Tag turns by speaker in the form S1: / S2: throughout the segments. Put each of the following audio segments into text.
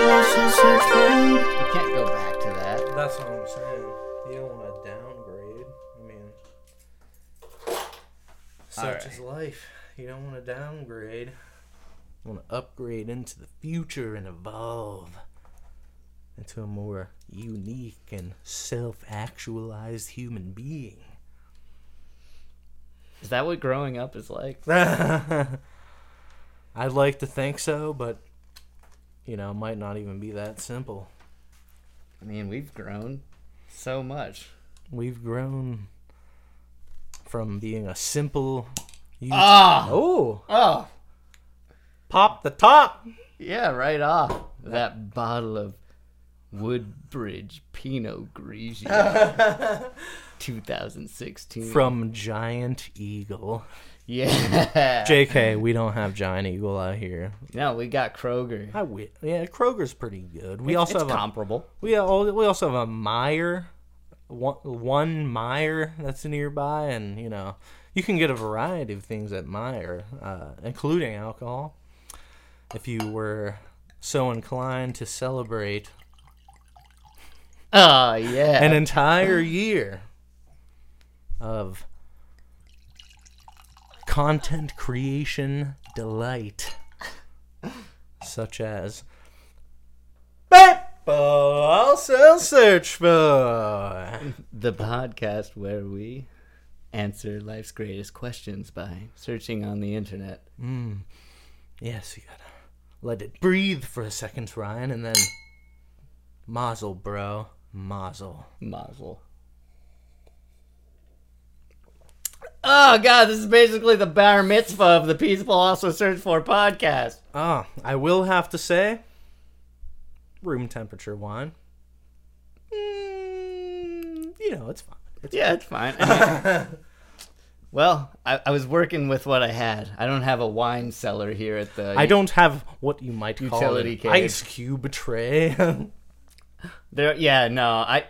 S1: search for
S2: You can't go back to that.
S3: That's what I'm saying. You don't want to downgrade. I mean, such
S2: Alright.
S3: is life. You don't want to downgrade. You want to upgrade into the future and evolve into a more unique and self-actualized human being.
S2: Is that what growing up is like?
S3: I'd like to think so, but you know, it might not even be that simple.
S2: I mean, we've grown so much.
S3: We've grown from being a simple. You-
S2: Ah!
S3: oh,
S2: Oh!
S3: pop the top.
S2: Yeah, right off. That bottle of Woodbridge Pinot Grigio 2016.
S3: From Giant Eagle.
S2: yeah.
S3: JK, we don't have Giant Eagle out here.
S2: No, we got Kroger.
S3: I wi- yeah, Kroger's pretty good. We also
S2: it's
S3: have a,
S2: comparable.
S3: we al- we also have a Meyer, one, one Meyer that's nearby, and you know you can get a variety of things at Meyer, uh, including alcohol. If you were so inclined to celebrate
S2: Oh, yeah.
S3: an entire year of content creation delight, such as people also search for.
S2: the podcast where we answer life's greatest questions by searching on the internet.
S3: Yes, you gotta let it breathe for a second, Ryan, and then mazel, bro, mazel.
S2: Mazel. Oh god, this is basically the bar mitzvah of the Peaceful Also Search For podcast.
S3: Ah, I will have to say, room temperature wine. Mm, you know, it's fine. It's
S2: Yeah, it's fine. I mean- well, I, I was working with what I had. I don't have a wine cellar here at the.
S3: I don't have what you might call
S2: Utility
S3: an
S2: cave.
S3: ice cube tray.
S2: There, yeah, no, I.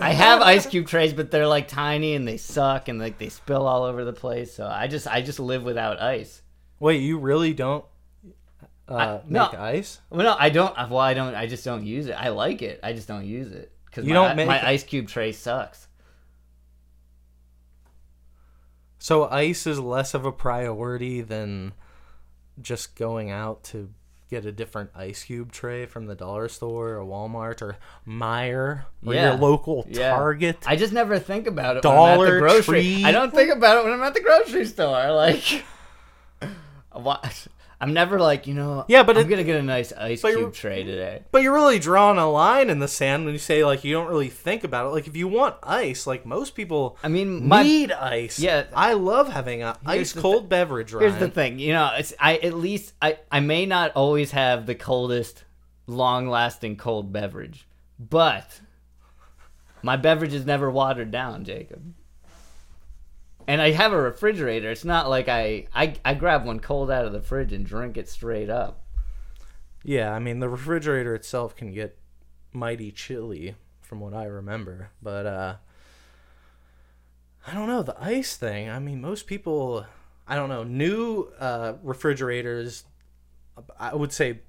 S2: I have ice cube trays, but they're like tiny and they suck and like they spill all over the place. So I just, I just live without ice.
S3: Wait, you really don't uh,
S2: I- no.
S3: make ice?
S2: Well, no, I don't. uh, Well, I don't. I just don't use it. I like it. I just don't use it because my,
S3: You don't make-
S2: my ice cube tray sucks.
S3: So ice is less of a priority than just going out to get a different ice cube tray from the dollar store or Walmart or Meyer or
S2: Yeah.
S3: your local
S2: Yeah.
S3: Target.
S2: I just never think about it. when I'm at
S3: Dollar
S2: the grocery.
S3: Tree.
S2: I don't think about it when I'm at the grocery store. Like, why- I'm never like you know.
S3: Yeah, but
S2: I'm
S3: it-
S2: gonna get a nice ice
S3: but
S2: cube
S3: you're-
S2: tray today.
S3: But you're really drawing a line in the sand when you say like you don't really think about it. Like if you want ice, like most people
S2: I mean, my
S3: need ice.
S2: Yeah.
S3: I love having a ice
S2: the
S3: cold beverage. Ryan.
S2: here's the thing. You know, it's I at least I I may not always have the coldest, long lasting cold beverage, but my beverage is never watered down, Jacob. And I have a refrigerator. It's not like I, I I grab one cold out of the fridge and drink it straight up.
S3: Yeah, I mean the refrigerator itself can get mighty chilly from what I remember, but uh I don't know the ice thing. I mean most people I don't know new uh refrigerators I would say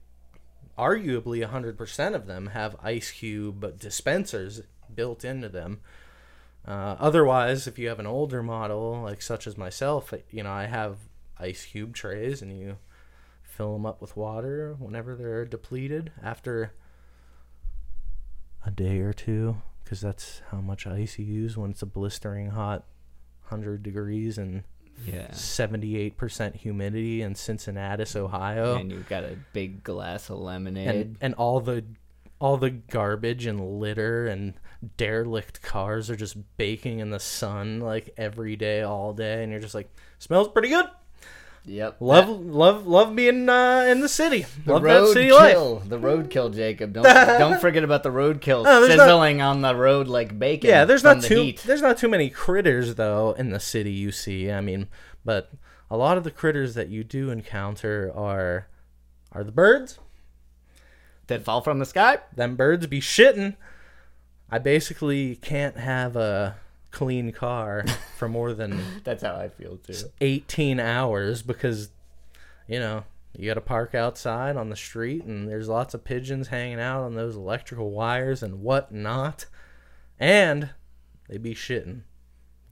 S3: arguably 100% of them have ice cube dispensers built into them. Uh, otherwise, if you have an older model like such as myself, you know, I have ice cube trays and you fill them up with water whenever they're depleted after a day or two because that's how much ice you use when it's a blistering hot 100 degrees and
S2: Yeah.
S3: 78% humidity in Cincinnati, Ohio.
S2: And you've got a big glass of lemonade.
S3: and and all the all the garbage and litter and derelict cars are just baking in the sun like every day all day and you're just like smells pretty good
S2: yep.
S3: love love love being uh, in the city
S2: the
S3: love that
S2: road
S3: city life
S2: kill. The road kill, Jacob. Don't don't forget about the road kill
S3: No, there's not-
S2: sizzling on the road like bacon.
S3: yeah there's
S2: from
S3: not
S2: the
S3: too
S2: heat.
S3: there's not too many critters though in the city you see i mean but a lot of the critters that you do encounter are are the birds
S2: that fall from the sky.
S3: them birds be shitting. I basically can't have a clean car for more than
S2: That's how I feel too.
S3: 18 hours because, you know, You got to park outside on the street, and there's lots of pigeons hanging out on those electrical wires and whatnot. And they be shitting.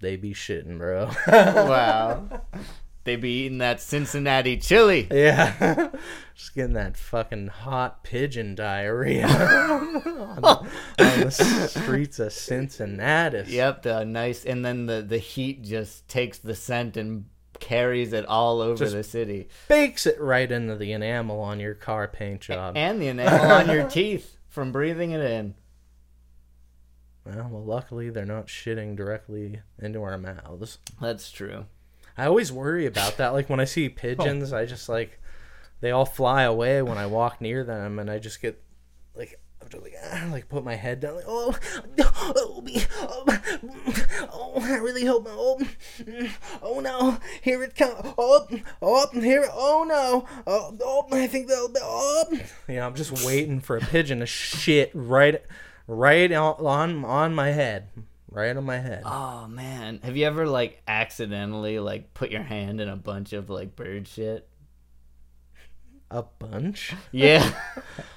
S3: They be shitting, bro.
S2: Wow. they be eating that Cincinnati chili.
S3: yeah. Just getting that fucking hot pigeon diarrhea on, the, on the streets of Cincinnati.
S2: Yep, the nice, and then the the heat just takes the scent and carries it all over the city
S3: Bakes it right into the enamel on your car paint job.
S2: and the enamel on your teeth from breathing it in.
S3: Well, well, luckily they're not shitting directly into our mouths.
S2: That's true.
S3: I always worry about that. Like when I see pigeons, I just like they all fly away when I walk near them, and I just get like I'm just like ah, like put my head down like oh oh me oh, oh I really hope my oh mm, oh no here it comes oh oh here oh no oh oh I think they'll oh you know I'm just waiting for a pigeon to shit right right on on- on my head right on my head.
S2: Oh man, have you ever like accidentally like put your hand in a bunch of like bird shit?
S3: A bunch.
S2: Yeah.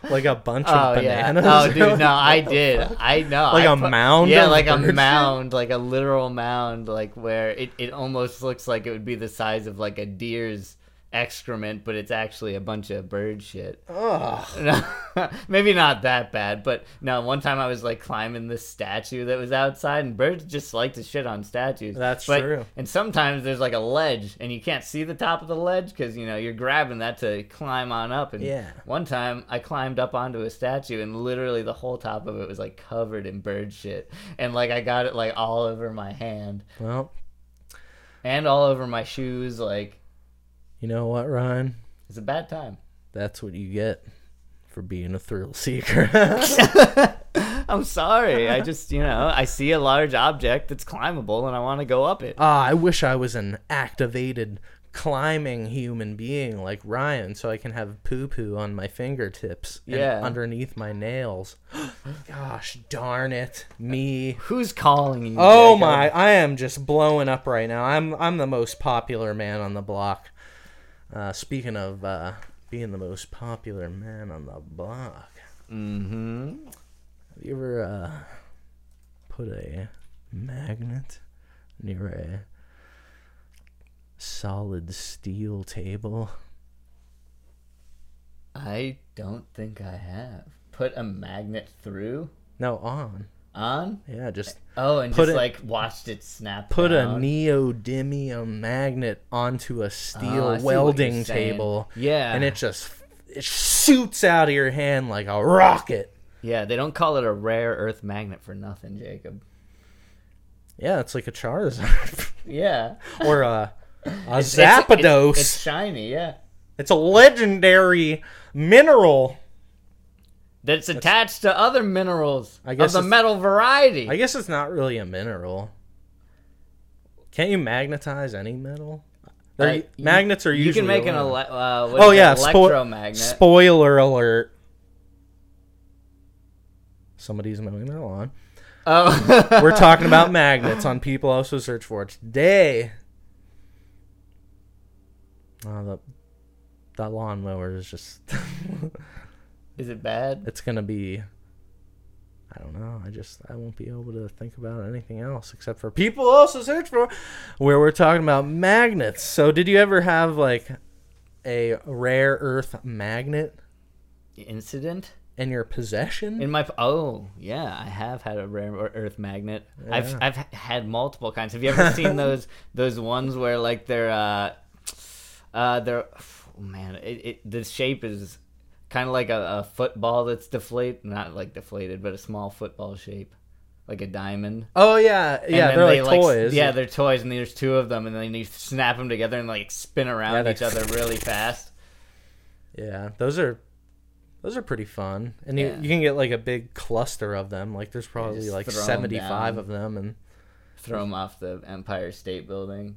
S3: like a bunch
S2: oh
S3: of
S2: yeah.
S3: bananas.
S2: Oh dude, no, I did. I know.
S3: Like
S2: a
S3: a mound
S2: Yeah,
S3: of
S2: like a
S3: bird shit?
S2: mound, like a literal mound, like where it it almost looks like it would be the size of like a deer's excrement, but it's actually a bunch of bird shit.
S3: Ugh.
S2: No, maybe not that bad, but no. One time I was like climbing this statue that was outside, and birds just like to shit on statues.
S3: That's
S2: But-
S3: true.
S2: And sometimes there's like a ledge, and you can't see the top of the ledge because you know you're grabbing that to climb on up. And
S3: Yeah.
S2: one time I climbed up onto a statue, and literally the whole top of it was like covered in bird shit, and like I got it like all over my hand
S3: Well,
S2: and all over my shoes. Like
S3: you know what, Ryan?
S2: it's a bad time.
S3: That's what you get for being a thrill seeker.
S2: I'm sorry. I just, you know, I see a large object that's climbable and I want to go up it.
S3: Ah, I wish I was an activated climbing human being like Ryan so I can have poo poo on my fingertips and
S2: Yeah.
S3: underneath my nails. Gosh darn it. Me.
S2: Who's calling you?
S3: Oh
S2: Jacob?
S3: my, I am just blowing up right now. I'm I'm the most popular man on the block. Uh, speaking of uh, being the most popular man on the block,
S2: Mhm.
S3: have you ever uh, put a magnet near a solid steel table?
S2: I don't think I have. Put a magnet through
S3: No, on.
S2: on?
S3: Yeah, just
S2: Oh, and
S3: Put
S2: just
S3: it-
S2: like watched it snap.
S3: put a
S2: down.
S3: neodymium magnet onto a steel
S2: Oh, I see what you're
S3: welding
S2: saying.
S3: table.
S2: Yeah.
S3: and it just it shoots out of your hand like a rocket.
S2: Yeah, they don't call it a rare earth magnet for nothing, Jacob.
S3: Yeah, it's like a Charizard
S2: Yeah.
S3: or a, a
S2: It's- it's-
S3: Zapdos.
S2: It's,
S3: It's,
S2: shiny, yeah.
S3: a legendary mineral.
S2: That's attached to other minerals
S3: I guess
S2: of the
S3: it's-
S2: metal variety.
S3: I guess it's not really a mineral. Can't you magnetize any metal? They're-
S2: Uh, you-
S3: magnets are
S2: you
S3: usually
S2: can make an
S3: aluminum.
S2: ele- uh, what
S3: Oh
S2: is it,
S3: yeah, spo-
S2: electromagnet.
S3: spoiler alert. Somebody's mowing their lawn.
S2: oh.
S3: We're talking about magnets on People Also Search For today. Oh, the, that lawnmower is just.
S2: Is it bad?
S3: it's going to be. I don't know. I just. I won't be able to think about anything else except for People Also Search For, where we're talking about magnets. So, did you ever have, like, a rare earth magnet
S2: Incident
S3: in your possession?
S2: in my oh yeah, I have had a rare earth magnet.
S3: Yeah.
S2: I've I've h- had multiple kinds. Have you ever seen those those ones where like they're uh uh they're oh, man it, it the shape is kind of like a, a football that's deflate not like deflated but a small football shape like a diamond.
S3: oh, yeah.
S2: And
S3: Yeah,
S2: then
S3: they're
S2: they,
S3: like,
S2: s-
S3: toys.
S2: Yeah, they're toys, and there's two of them, and then you snap them together and like spin around
S3: they-
S2: each other really fast.
S3: Yeah, those are those are pretty fun, and you,
S2: Yeah.
S3: you can get like a big cluster of them. Like there's probably
S2: just
S3: like
S2: throw 'em
S3: seventy five
S2: down.
S3: of them, and
S2: Throw them off the Empire State Building.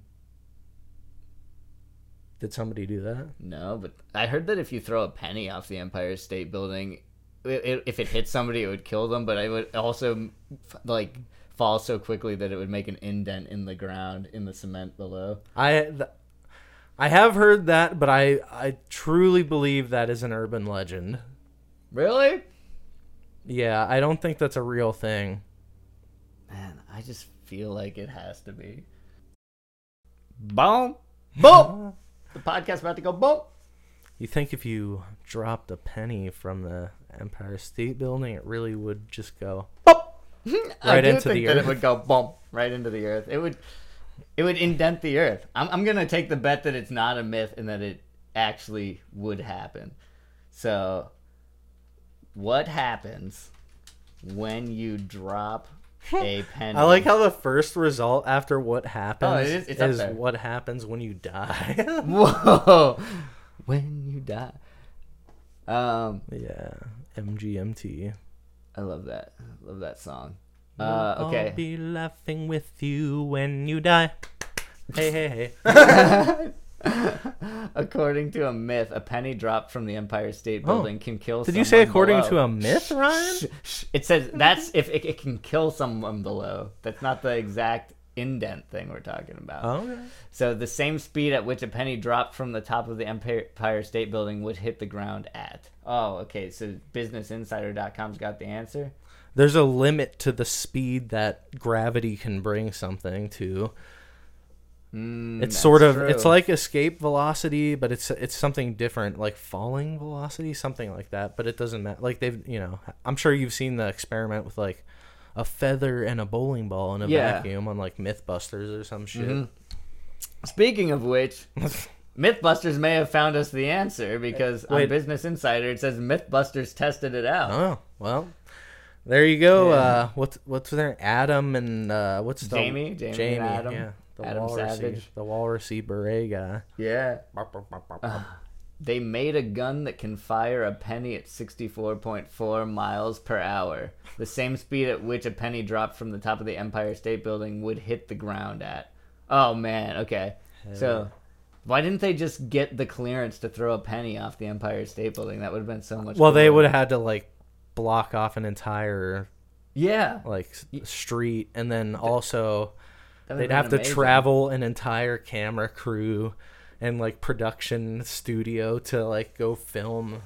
S3: did somebody do that?
S2: No, but I heard that if you throw a penny off the Empire State Building, i i if it hit somebody, it would kill them. But it would also f- like fall so quickly that it would make an indent in the ground in the cement below.
S3: I th- I have heard that, but I I truly believe that is an urban legend.
S2: Really?
S3: Yeah, I don't think that's a real thing.
S2: Man, I just feel like it has to be. Boom. Boom. the podcast about to go boom.
S3: You think if you dropped a penny from the Empire State Building, it really would just go
S2: Boom. I
S3: Right
S2: do
S3: into
S2: think
S3: the
S2: that it
S3: earth.
S2: would go boom right into the earth. It would it would indent the earth. I'm I'm going to take the bet that it's not a myth and that it actually would happen. So what happens when you drop a penny?
S3: I like how the first result after what happens
S2: Oh, it is- it's up
S3: is
S2: there.
S3: what happens when you die.
S2: Whoa! When you die. Um,
S3: yeah, MGMT.
S2: I love that. I love that song. Uh, okay.
S3: I'll be laughing with you when you die. Hey, hey, hey.
S2: According to a myth, a penny dropped from the Empire State Building can kill.
S3: Oh. Did you say according to
S2: below.
S3: a myth, Ryan?
S2: It says that's if it, it can kill someone below. That's not the exact indent thing we're talking about.
S3: Okay.
S2: So the same speed at which a penny dropped from the top of the Empire State Building would hit the ground at. Oh, okay. So BusinessInsider.com's got the answer.
S3: There's a limit to the speed that gravity can bring something to.
S2: Mm,
S3: It's sort of
S2: that's
S3: it's
S2: true.
S3: like escape velocity, but it's it's something different, like falling velocity, something like that. But it doesn't matter. Like they've you know, I'm sure you've seen the experiment with like a feather and a bowling ball in a
S2: Yeah.
S3: vacuum on like MythBusters or some shit.
S2: Speaking of which, MythBusters may have found us the answer because on
S3: Wait.
S2: Business Insider it says MythBusters tested it out.
S3: Oh well, there you go.
S2: Yeah.
S3: Uh, what's what's their Adam and uh, what's the
S2: Jamie? Jamie and Adam.
S3: yeah, the
S2: Adam
S3: walrusy,
S2: Savage.
S3: the walrusy beret guy.
S2: Yeah. They made a gun that can fire a penny at 64.4 miles per hour, the same speed at which a penny dropped from the top of the Empire State Building would hit the ground at. Oh man, okay. So, why didn't they just get the clearance to throw a penny off the Empire State Building? That would have been so much.
S3: Well, they
S2: cooler.
S3: would have had to like block off an entire
S2: Yeah,
S3: like s- street, and then also
S2: That would've
S3: they'd
S2: been
S3: have to
S2: amazing.
S3: travel an entire camera crew and like production studio to like go film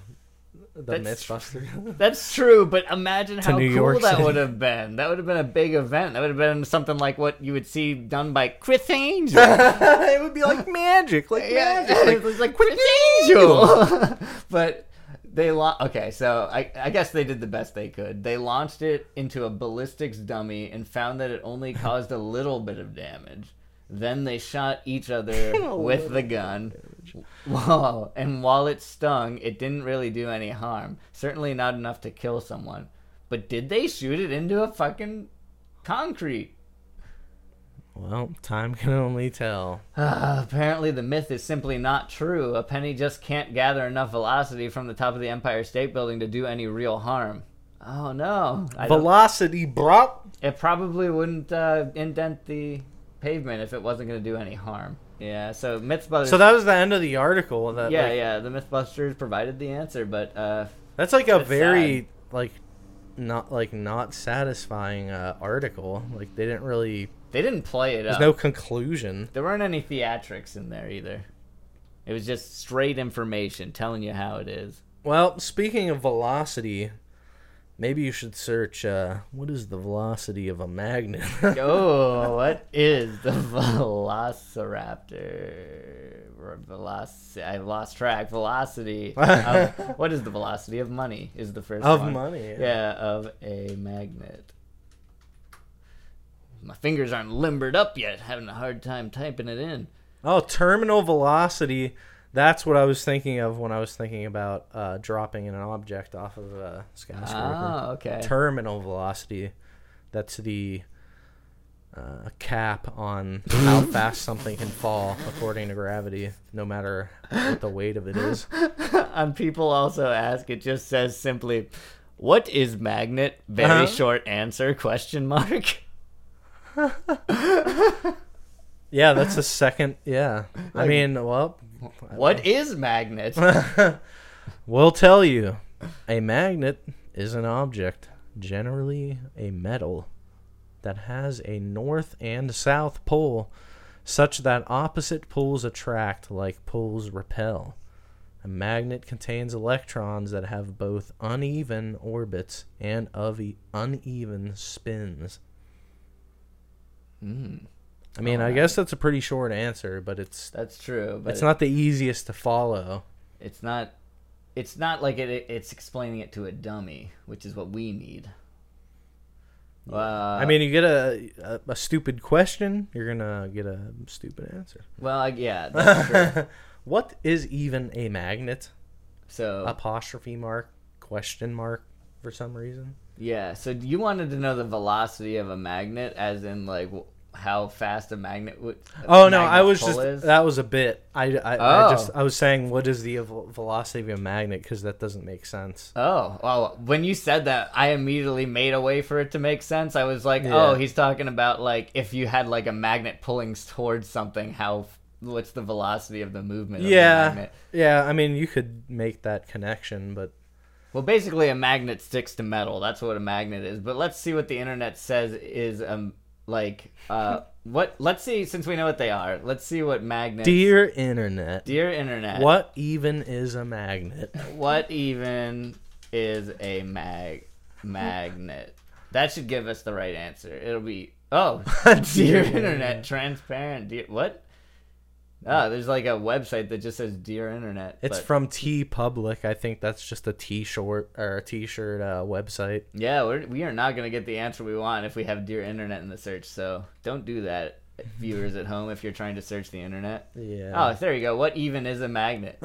S3: the
S2: That's tr-
S3: MythBusters.
S2: That's true, but imagine how
S3: New
S2: cool
S3: York
S2: that
S3: City.
S2: would have been. That would have been a big event. That would have been something like what you would see done by Chris Angel.
S3: it would be like magic, like
S2: yeah,
S3: magic.
S2: it was like Chris Angel. but they lo- okay, so I, I guess they did the best they could. They launched it into a ballistics dummy and found that it only caused a little bit of damage. Then they shot each other with the gun. Whoa! And while it stung, it didn't really do any harm. Certainly not enough to kill someone. But did they shoot it into a fucking concrete?
S3: Well, time can only tell.
S2: Ah, apparently, the myth is simply not true. A penny just can't gather enough velocity from the top of the Empire State Building to do any real harm. Oh no! I don't-
S3: Velocity, bro.
S2: it probably wouldn't uh, indent the pavement if it wasn't going to do any harm. Yeah. So MythBusters.
S3: So that was the end of the article. That
S2: yeah,
S3: like,
S2: yeah. The MythBusters provided the answer, but uh,
S3: That's like a
S2: It's
S3: very like not like not satisfying uh, article. Like they didn't really.
S2: they didn't play it up.
S3: There's no conclusion.
S2: There weren't any theatrics in there either. It was just straight information telling you how it is.
S3: Well, speaking of velocity, maybe you should search uh, what is the velocity of a magnet.
S2: Oh, what is the velociraptor? Velocity. I lost track. Velocity. of- what is the velocity of money? Is the first
S3: Of
S2: one.
S3: money, yeah.
S2: Yeah, of a magnet. My fingers aren't limbered up yet. Having a hard time typing it in.
S3: oh, terminal velocity. That's what I was thinking of when I was thinking about uh, dropping an object off of a skyscraper.
S2: Ah, okay.
S3: terminal velocity. That's the uh, cap on how fast something can fall according to gravity, no matter what the weight of it is.
S2: and people also ask. It just says simply, "What is magnet?" Very
S3: Uh-huh.
S2: short answer. Question mark.
S3: Yeah, that's the second. Yeah. I mean, well,
S2: What is magnet?
S3: we'll tell you. A magnet is an object, generally a metal, that has a north and south pole such that opposite poles attract like poles repel. A magnet contains electrons that have both uneven orbits and of e- uneven spins.
S2: Mm,
S3: I mean, I
S2: Alright.
S3: guess that's a pretty short answer, but it's
S2: that's true, but
S3: it's not the easiest to follow.
S2: It's not. It's not like it, it's explaining it to a dummy, which is what we need. Uh,
S3: I mean, you get a, a a stupid question, you're gonna get a stupid answer.
S2: well, I- yeah, that's true.
S3: what is even a magnet?
S2: So
S3: Apostrophe mark, question mark, for some reason.
S2: yeah, so you wanted to know the velocity of a magnet, as in like w- how fast a magnet would. a
S3: Oh no, I
S2: magnet's
S3: was
S2: pull
S3: just
S2: is?
S3: that was a bit. I I, I
S2: Oh.
S3: just I was saying what is the vel- velocity of a magnet because that doesn't make sense.
S2: Oh, well, when you said that, I immediately made a way for it to make sense. I was like,
S3: Yeah.
S2: oh, he's talking about like if you had like a magnet pulling towards something, how what's the velocity of the movement? Of the
S3: Yeah,
S2: magnet?
S3: yeah. I mean, you could make that connection, but
S2: Well, basically, a magnet sticks to metal. That's what a magnet is. But let's see what the internet says is um like uh what. Let's see since we know what they are. Let's see what magnets.
S3: dear internet,
S2: Dear internet,
S3: what even is a magnet?
S2: what even is a mag magnet? That should give us the right answer. It'll be oh dear internet transparent. Dear, what? Oh, there's like a website that just says dear internet.
S3: It's
S2: but-
S3: from T Public. I think that's just a T-shirt or a T-shirt uh, website.
S2: Yeah, we're, we are not going to get the answer we want if we have dear internet in the search. So don't do that, viewers at home, if you're trying to search the internet.
S3: Yeah.
S2: Oh, there you go. What even is a magnet?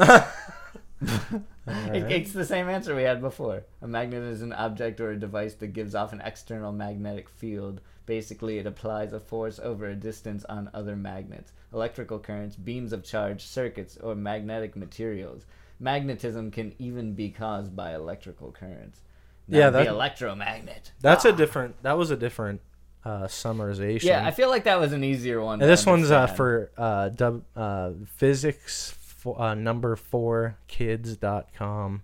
S2: It, it's the same answer we had before. A magnet is an object or a device that gives off an external magnetic field. Basically, it applies a force over a distance on other magnets, electrical currents, beams of charge, circuits, or magnetic materials. Magnetism can even be caused by electrical currents.
S3: Yeah,
S2: the
S3: that-
S2: electromagnet.
S3: That's
S2: Ah.
S3: a different. That was a different uh, summarization.
S2: Yeah, I feel like that was an easier one.
S3: And
S2: to
S3: this one's uh,
S2: understand.
S3: for uh, dub, uh, physics fo- uh, number four kids.com.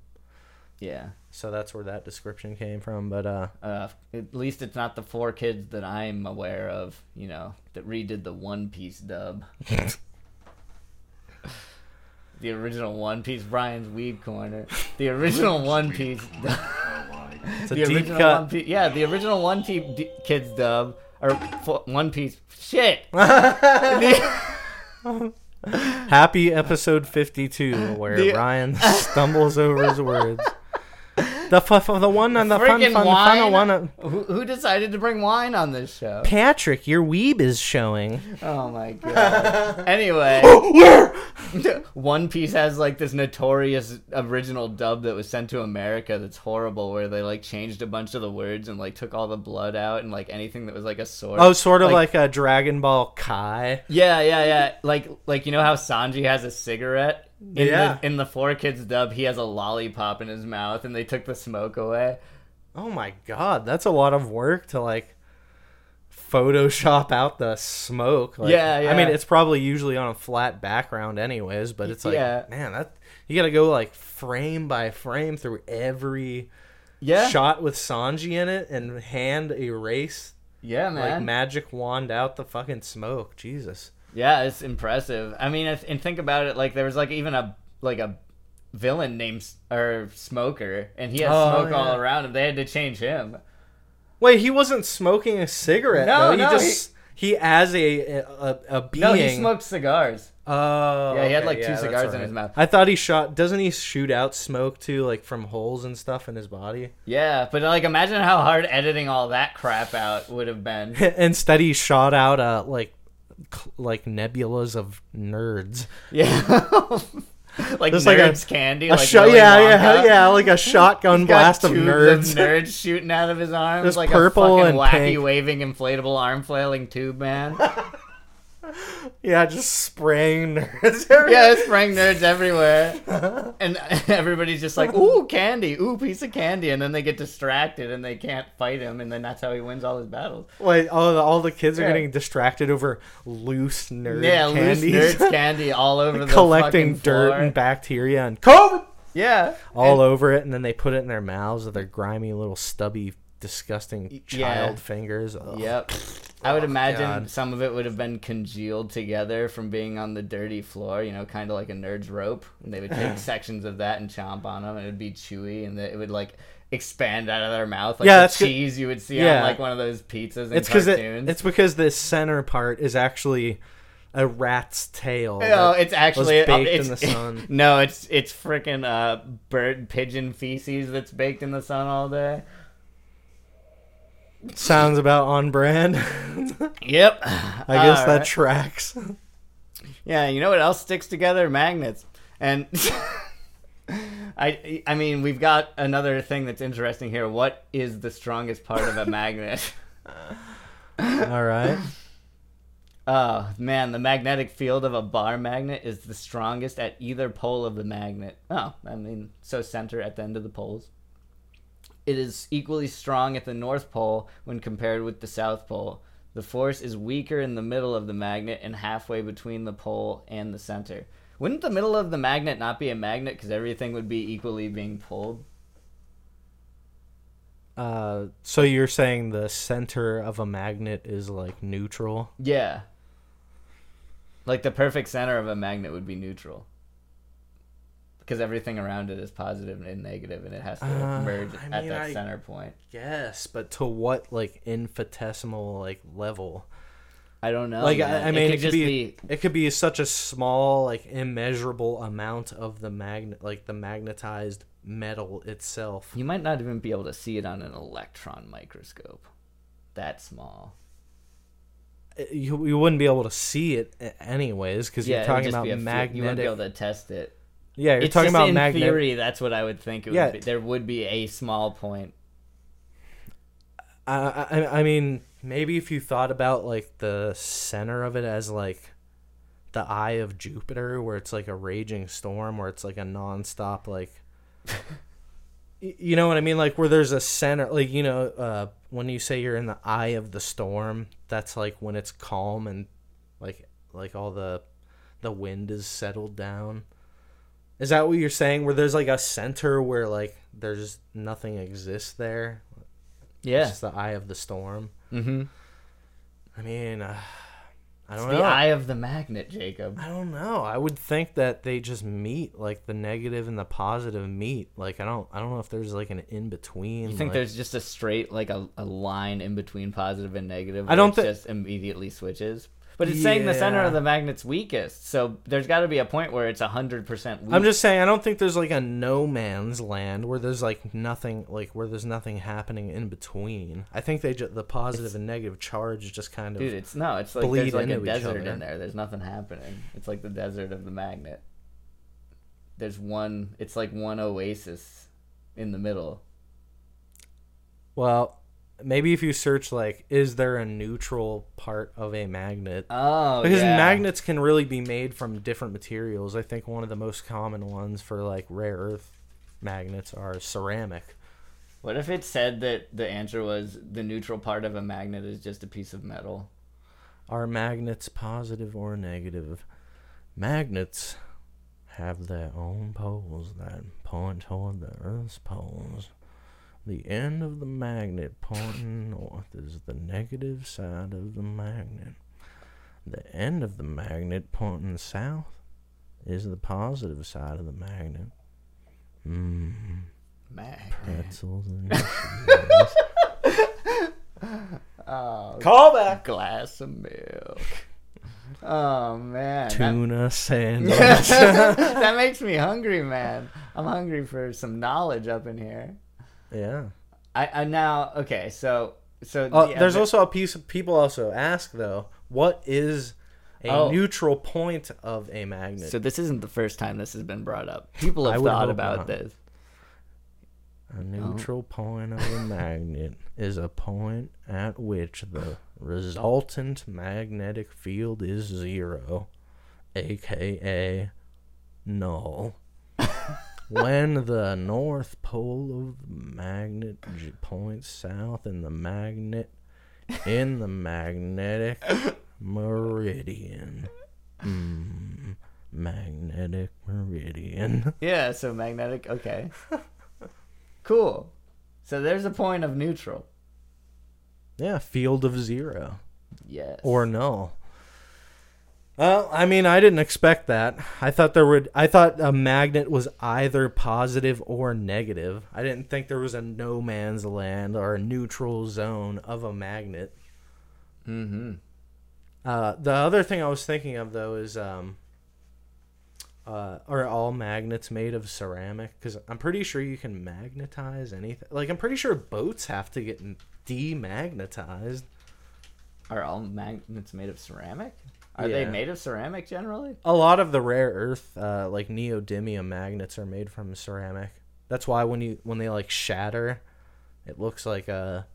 S2: yeah.
S3: So that's where that description came from. But uh,
S2: Uh, at least it's not the four kids that I'm aware of. You know that redid the One Piece dub. the original One Piece, Brian's Weed Corner. The original One Piece. dub-
S3: it's a
S2: the
S3: deep
S2: original One
S3: cut.
S2: Piece. Yeah, the original One Piece d- kids dub or fo- One Piece. Shit. The-
S3: Happy episode 52 where
S2: The-
S3: Ryan stumbles over his words. The f- f- the one on the fun fun
S2: Freaking
S3: fun
S2: wine.
S3: on one on-
S2: who, who decided to bring wine on this show?
S3: Patrick, your weeb is showing.
S2: Oh my god. anyway.
S3: Oh,
S2: One Piece has like this notorious original dub that was sent to America that's horrible where they like changed a bunch of the words and like took all the blood out and like anything that was like a sword.
S3: Oh, sort of like, a Dragon Ball Kai.
S2: Yeah, yeah, yeah. Like like you know how Sanji has a cigarette? In
S3: Yeah.
S2: the in the four kids dub he has a lollipop in his mouth and they took the smoke away.
S3: Oh my god, that's a lot of work to like Photoshop out the smoke. Like,
S2: Yeah,
S3: I mean,
S2: yeah.
S3: it's probably usually on a flat background, anyways. But it's like,
S2: Yeah.
S3: man, that you got to go like frame by frame through every
S2: Yeah.
S3: shot with Sanji in it and hand erase
S2: yeah, man.
S3: like magic wand out the fucking smoke. Jesus.
S2: Yeah, it's impressive. I mean, if, and think about it. Like there was like even a like a villain named S- or Smoker, and he had
S3: Oh,
S2: smoke all
S3: yeah.
S2: around him. They had to change him.
S3: Wait, he wasn't smoking a cigarette.
S2: No,
S3: though.
S2: no,
S3: he just he, as a a, a being.
S2: No, he smoked cigars.
S3: Oh,
S2: Yeah, he had, like, two
S3: that's
S2: cigars in
S3: alright.
S2: his mouth.
S3: I thought he shot. Doesn't he shoot out smoke too, like from holes and stuff in his body?
S2: Yeah, but like imagine how hard editing all that crap out would have been.
S3: Instead, he shot out uh like cl- like nebulas of nerds.
S2: Yeah. Like
S3: There's, like, a-
S2: nerds candy,
S3: A
S2: like
S3: shot,
S2: Willy
S3: yeah, yeah,
S2: Wonka.
S3: yeah, like a shotgun
S2: He's got
S3: blast of
S2: tubes
S3: nerds.
S2: nerds shooting out of his arms,
S3: There's
S2: like
S3: purple
S2: a
S3: and
S2: fucking wacky
S3: pink.
S2: waving inflatable arm flailing tube man.
S3: yeah, just spraying nerds.
S2: Yeah, it's spraying nerds everywhere. And everybody's just like, ooh, candy, ooh, piece of candy. And then they get distracted and they can't fight him. And then that's how he wins all his battles.
S3: like all the, all the kids are
S2: Yeah.
S3: getting distracted over loose nerd
S2: yeah,
S3: candies,
S2: loose nerds candy all over the
S3: collecting
S2: fucking
S3: dirt
S2: floor.
S3: and bacteria and COVID.
S2: Yeah.
S3: all over it, and then they put it in their mouths with their grimy little stubby, disgusting
S2: yeah.
S3: child fingers. Ugh.
S2: Yep. I would imagine
S3: Oh, God.
S2: some of it would have been congealed together from being on the dirty floor, you know, kind of like a nerd's rope. And they would take sections of that and chomp on them, and it would be chewy, and it would like expand out of their mouth like
S3: Yeah,
S2: the
S3: that's 'cause-
S2: cheese you would see on
S3: yeah.
S2: like one of those pizzas and
S3: It's because
S2: cartoons.
S3: it, it's because this center part is actually a rat's tail.
S2: No,
S3: that
S2: it's actually uh,
S3: was baked
S2: it's,
S3: in the sun.
S2: No, it's it's freaking uh bird pigeon feces that's baked in the sun all day.
S3: sounds about on brand.
S2: Yep.
S3: I guess
S2: All
S3: that
S2: right.
S3: tracks.
S2: Yeah, you know what else sticks together? Magnets. And I I mean, we've got another thing that's interesting here. What is the strongest part of a magnet?
S3: All right.
S2: Oh, man, the magnetic field of a bar magnet is the strongest at either pole of the magnet. Oh, I mean, so center at the end of the poles. It is equally strong at the north pole when compared with the south pole. The force is weaker in the middle of the magnet and halfway between the pole and the center. Wouldn't the middle of the magnet not be a magnet because everything would be equally being pulled?
S3: Uh, so you're saying the center of a magnet is like neutral?
S2: Yeah. Like the perfect center of a magnet would be neutral. Because everything around it is positive and negative, and it has to
S3: Uh,
S2: merge
S3: I
S2: at
S3: mean,
S2: that
S3: I-
S2: center point.
S3: Yes, but to what like infinitesimal like level?
S2: I don't know.
S3: like
S2: man.
S3: I, I mean,
S2: Oh, could
S3: it, could be, it could be such a small like immeasurable amount of the magnet like the magnetized metal itself.
S2: You might not even be able to see it on an electron microscope. That small.
S3: Eh, You, you wouldn't be able to see it a- anyways because
S2: Yeah,
S3: you're
S2: it would
S3: talking
S2: just
S3: about
S2: be a field- You wouldn't
S3: magnetic.
S2: be able to test it.
S3: yeah, you're
S2: it's
S3: talking
S2: just
S3: about
S2: in
S3: magnetic.
S2: theory. That's what I would think. It would
S3: Yeah.
S2: be. There would be a small point.
S3: I, I I mean, maybe if you thought about like the center of it as like the eye of Jupiter, where it's like a raging storm, where it's like a nonstop like. Y- You know what I mean? Like where there's a center, like you know, uh, when you say you're in the eye of the storm, that's like when it's calm and like like all the the wind is settled down. Is that what you're saying? Where there's like a center where like there's nothing exists there,
S2: Yeah.
S3: it's just the eye of the storm.
S2: mm-hmm.
S3: I mean, uh, I
S2: It's
S3: don't
S2: the
S3: know.
S2: eye of the magnet, Jacob.
S3: I don't know. I would think that they just meet, like the negative and the positive meet. Like I don't, I don't know if there's like an in between.
S2: You think
S3: like,
S2: there's just a straight like a, a line in between positive and negative?
S3: I don't
S2: think
S3: thi-
S2: just immediately switches. But it's saying the center of the
S3: Yeah.
S2: magnet's weakest, so there's got to be a point where it's hundred percent weak.
S3: I'm just saying, I don't think there's like a no man's land where there's like nothing, like where there's nothing happening in between. I think they just the positive and negative charge just kind of.
S2: dude. It's no. It's like
S3: bleed
S2: there's like a
S3: into each
S2: desert
S3: other.
S2: in there. There's nothing happening. It's like the desert of the magnet. There's one. It's like one oasis in the middle.
S3: Well, maybe if you search like, is there a neutral part of a magnet?
S2: Oh,
S3: because
S2: yeah.
S3: magnets can really be made from different materials. I think one of the most common ones for like rare earth magnets are ceramic.
S2: What if it said that the answer was the neutral part of a magnet is just a piece of metal?
S3: Are magnets positive or negative? Magnets have their own poles that point toward the earth's poles. The end of the magnet pointing north is the negative side of the magnet. The end of the magnet pointing south is the positive side of the magnet. Mmm.
S2: Mag.
S3: Pretzels and
S2: Oh,
S3: call back
S2: glass of milk. Oh man, that,
S3: tuna sandwich.
S2: that makes me hungry, man. I'm hungry for some knowledge up in here.
S3: yeah.
S2: I, I now okay, so so
S3: Uh,
S2: yeah,
S3: there's
S2: but-
S3: also a piece of people also ask though, what is a
S2: Oh.
S3: neutral point of a magnet?
S2: so this isn't the first time this has been brought up. People
S3: I
S2: have
S3: would
S2: thought
S3: hope
S2: about
S3: not.
S2: this.
S3: a neutral point of a magnet is a point at which the resultant magnetic field is zero, aka null. when the north pole of the magnet j- points south and the magnet in the magnetic meridian. Mm, magnetic meridian.
S2: Yeah, so magnetic. Okay, cool. So there's a point of neutral.
S3: Yeah, field of zero.
S2: Yes.
S3: or no. Well, I mean, I didn't expect that. I thought there would. I thought a magnet was either positive or negative. I didn't think there was a no man's land or a neutral zone of a magnet.
S2: Mm-hmm.
S3: Uh, the other thing I was thinking of though is, um, uh, are all magnets made of ceramic? Because I'm pretty sure you can magnetize anything. Like I'm pretty sure boats have to get demagnetized.
S2: Are all magnets made of ceramic? Are they
S3: Yeah.
S2: made of ceramic generally?
S3: a lot of the rare earth uh, like neodymium magnets are made from ceramic that's why when you when they like shatter it looks like a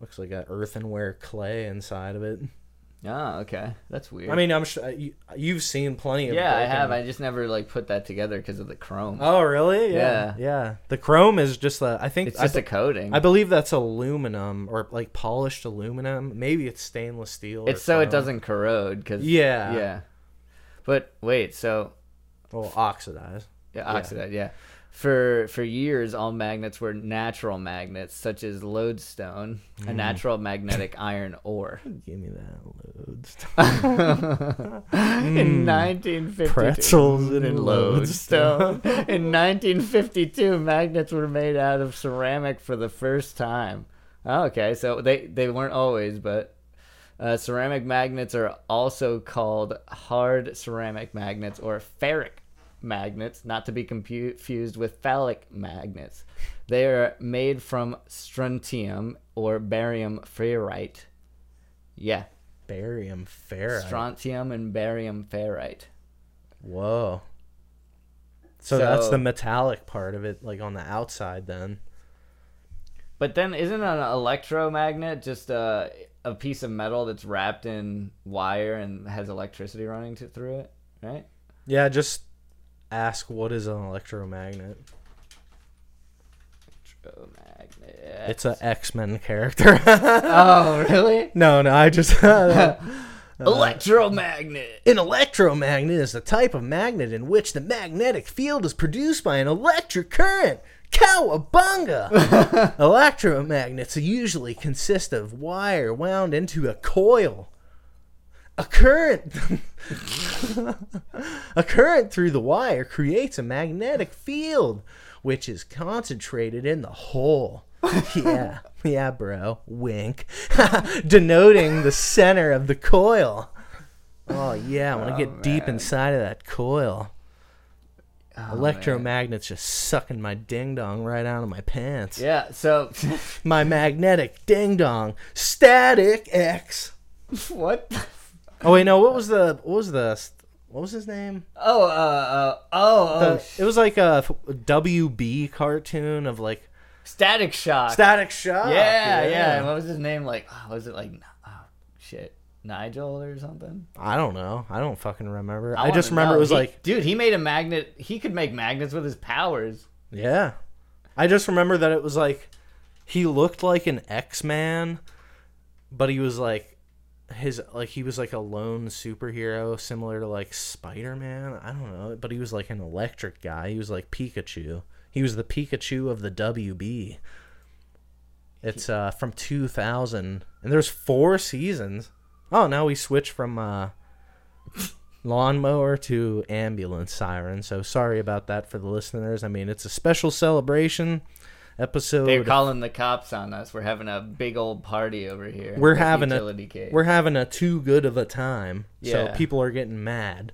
S3: looks like a earthenware clay inside of it
S2: Oh, okay. That's weird.
S3: i mean i'm sh- you, you've seen plenty of
S2: yeah, I
S3: broken-
S2: have. I just never like put that together because of the chrome.
S3: oh really
S2: Yeah.
S3: yeah the chrome is just a, i think
S2: it's just
S3: I,
S2: a coating.
S3: I believe that's aluminum or like polished aluminum maybe it's stainless steel or
S2: it's so it
S3: chrome.
S2: doesn't corrode because
S3: Yeah.
S2: yeah. But wait, so
S3: well oxidize
S2: Yeah, oxidized. Yeah. For for years, all magnets were natural magnets, such as lodestone, a natural magnetic iron ore.
S3: give me that loads
S2: In 1952,
S3: Hmm. Pretzels and
S2: in lodestone. in 1952, magnets were made out of ceramic for the first time. Oh, okay, so they they weren't always, but uh, ceramic magnets are also called hard ceramic magnets or ferric magnets, not to be compu- confused with phallic magnets. They are made from strontium or barium ferrite. Yeah,
S3: barium ferrite
S2: strontium and barium ferrite.
S3: Whoa. So, that's
S2: So-
S3: the metallic part of it, like on the outside. Then
S2: But then, isn't an electromagnet just a a piece of metal that's wrapped in wire and has electricity running to, through it, right?
S3: yeah, just ask what is an electromagnet.
S2: Electromagnet.
S3: It's an X Men character.
S2: oh, really?
S3: no, no, I just
S2: electromagnet.
S3: an electromagnet is the type of magnet in which the magnetic field is produced by an electric current. Cowabunga! Electromagnets usually consist of wire wound into a coil. A current A current through the wire creates a magnetic field which is concentrated in the hole. Yeah. Yeah, bro. Wink. Denoting the center of the coil. Oh yeah, I want to get deep inside of that coil. Oh,
S2: Oh,
S3: Electromagnets just sucking my ding dong right out of my pants.
S2: Yeah. So,
S3: My magnetic ding dong, static X.
S2: what? the-
S3: Oh wait, no. What was the what was the what was his name?
S2: Oh, uh, uh, oh,
S3: The-
S2: oh, sh-
S3: it was like a f- WB cartoon of like
S2: static shock.
S3: Static Shock.
S2: yeah, yeah, And what was his name? Like, oh, was it like, oh, shit, Nigel or something?
S3: I don't know. I don't fucking remember. I,
S2: wanna
S3: just remember
S2: know.
S3: it was
S2: He-
S3: like
S2: dude, he made a magnet. He could make magnets with his powers.
S3: yeah. I just remember that it was like he looked like an X Man, but he was like his like he was like a lone superhero similar to like Spider Man. I don't know, but he was like an electric guy. He was like Pikachu. He was the Pikachu of the WB. It's uh from 2000 and there's four seasons. Oh, now we switch from uh lawnmower to ambulance siren. So sorry about that for the listeners. I mean, it's a special celebration episode.
S2: They're calling the cops on us. We're having a big old party over here.
S3: We're
S2: With
S3: having a-
S2: utility case.
S3: We're having a too good of a time.
S2: Yeah.
S3: So people are getting mad.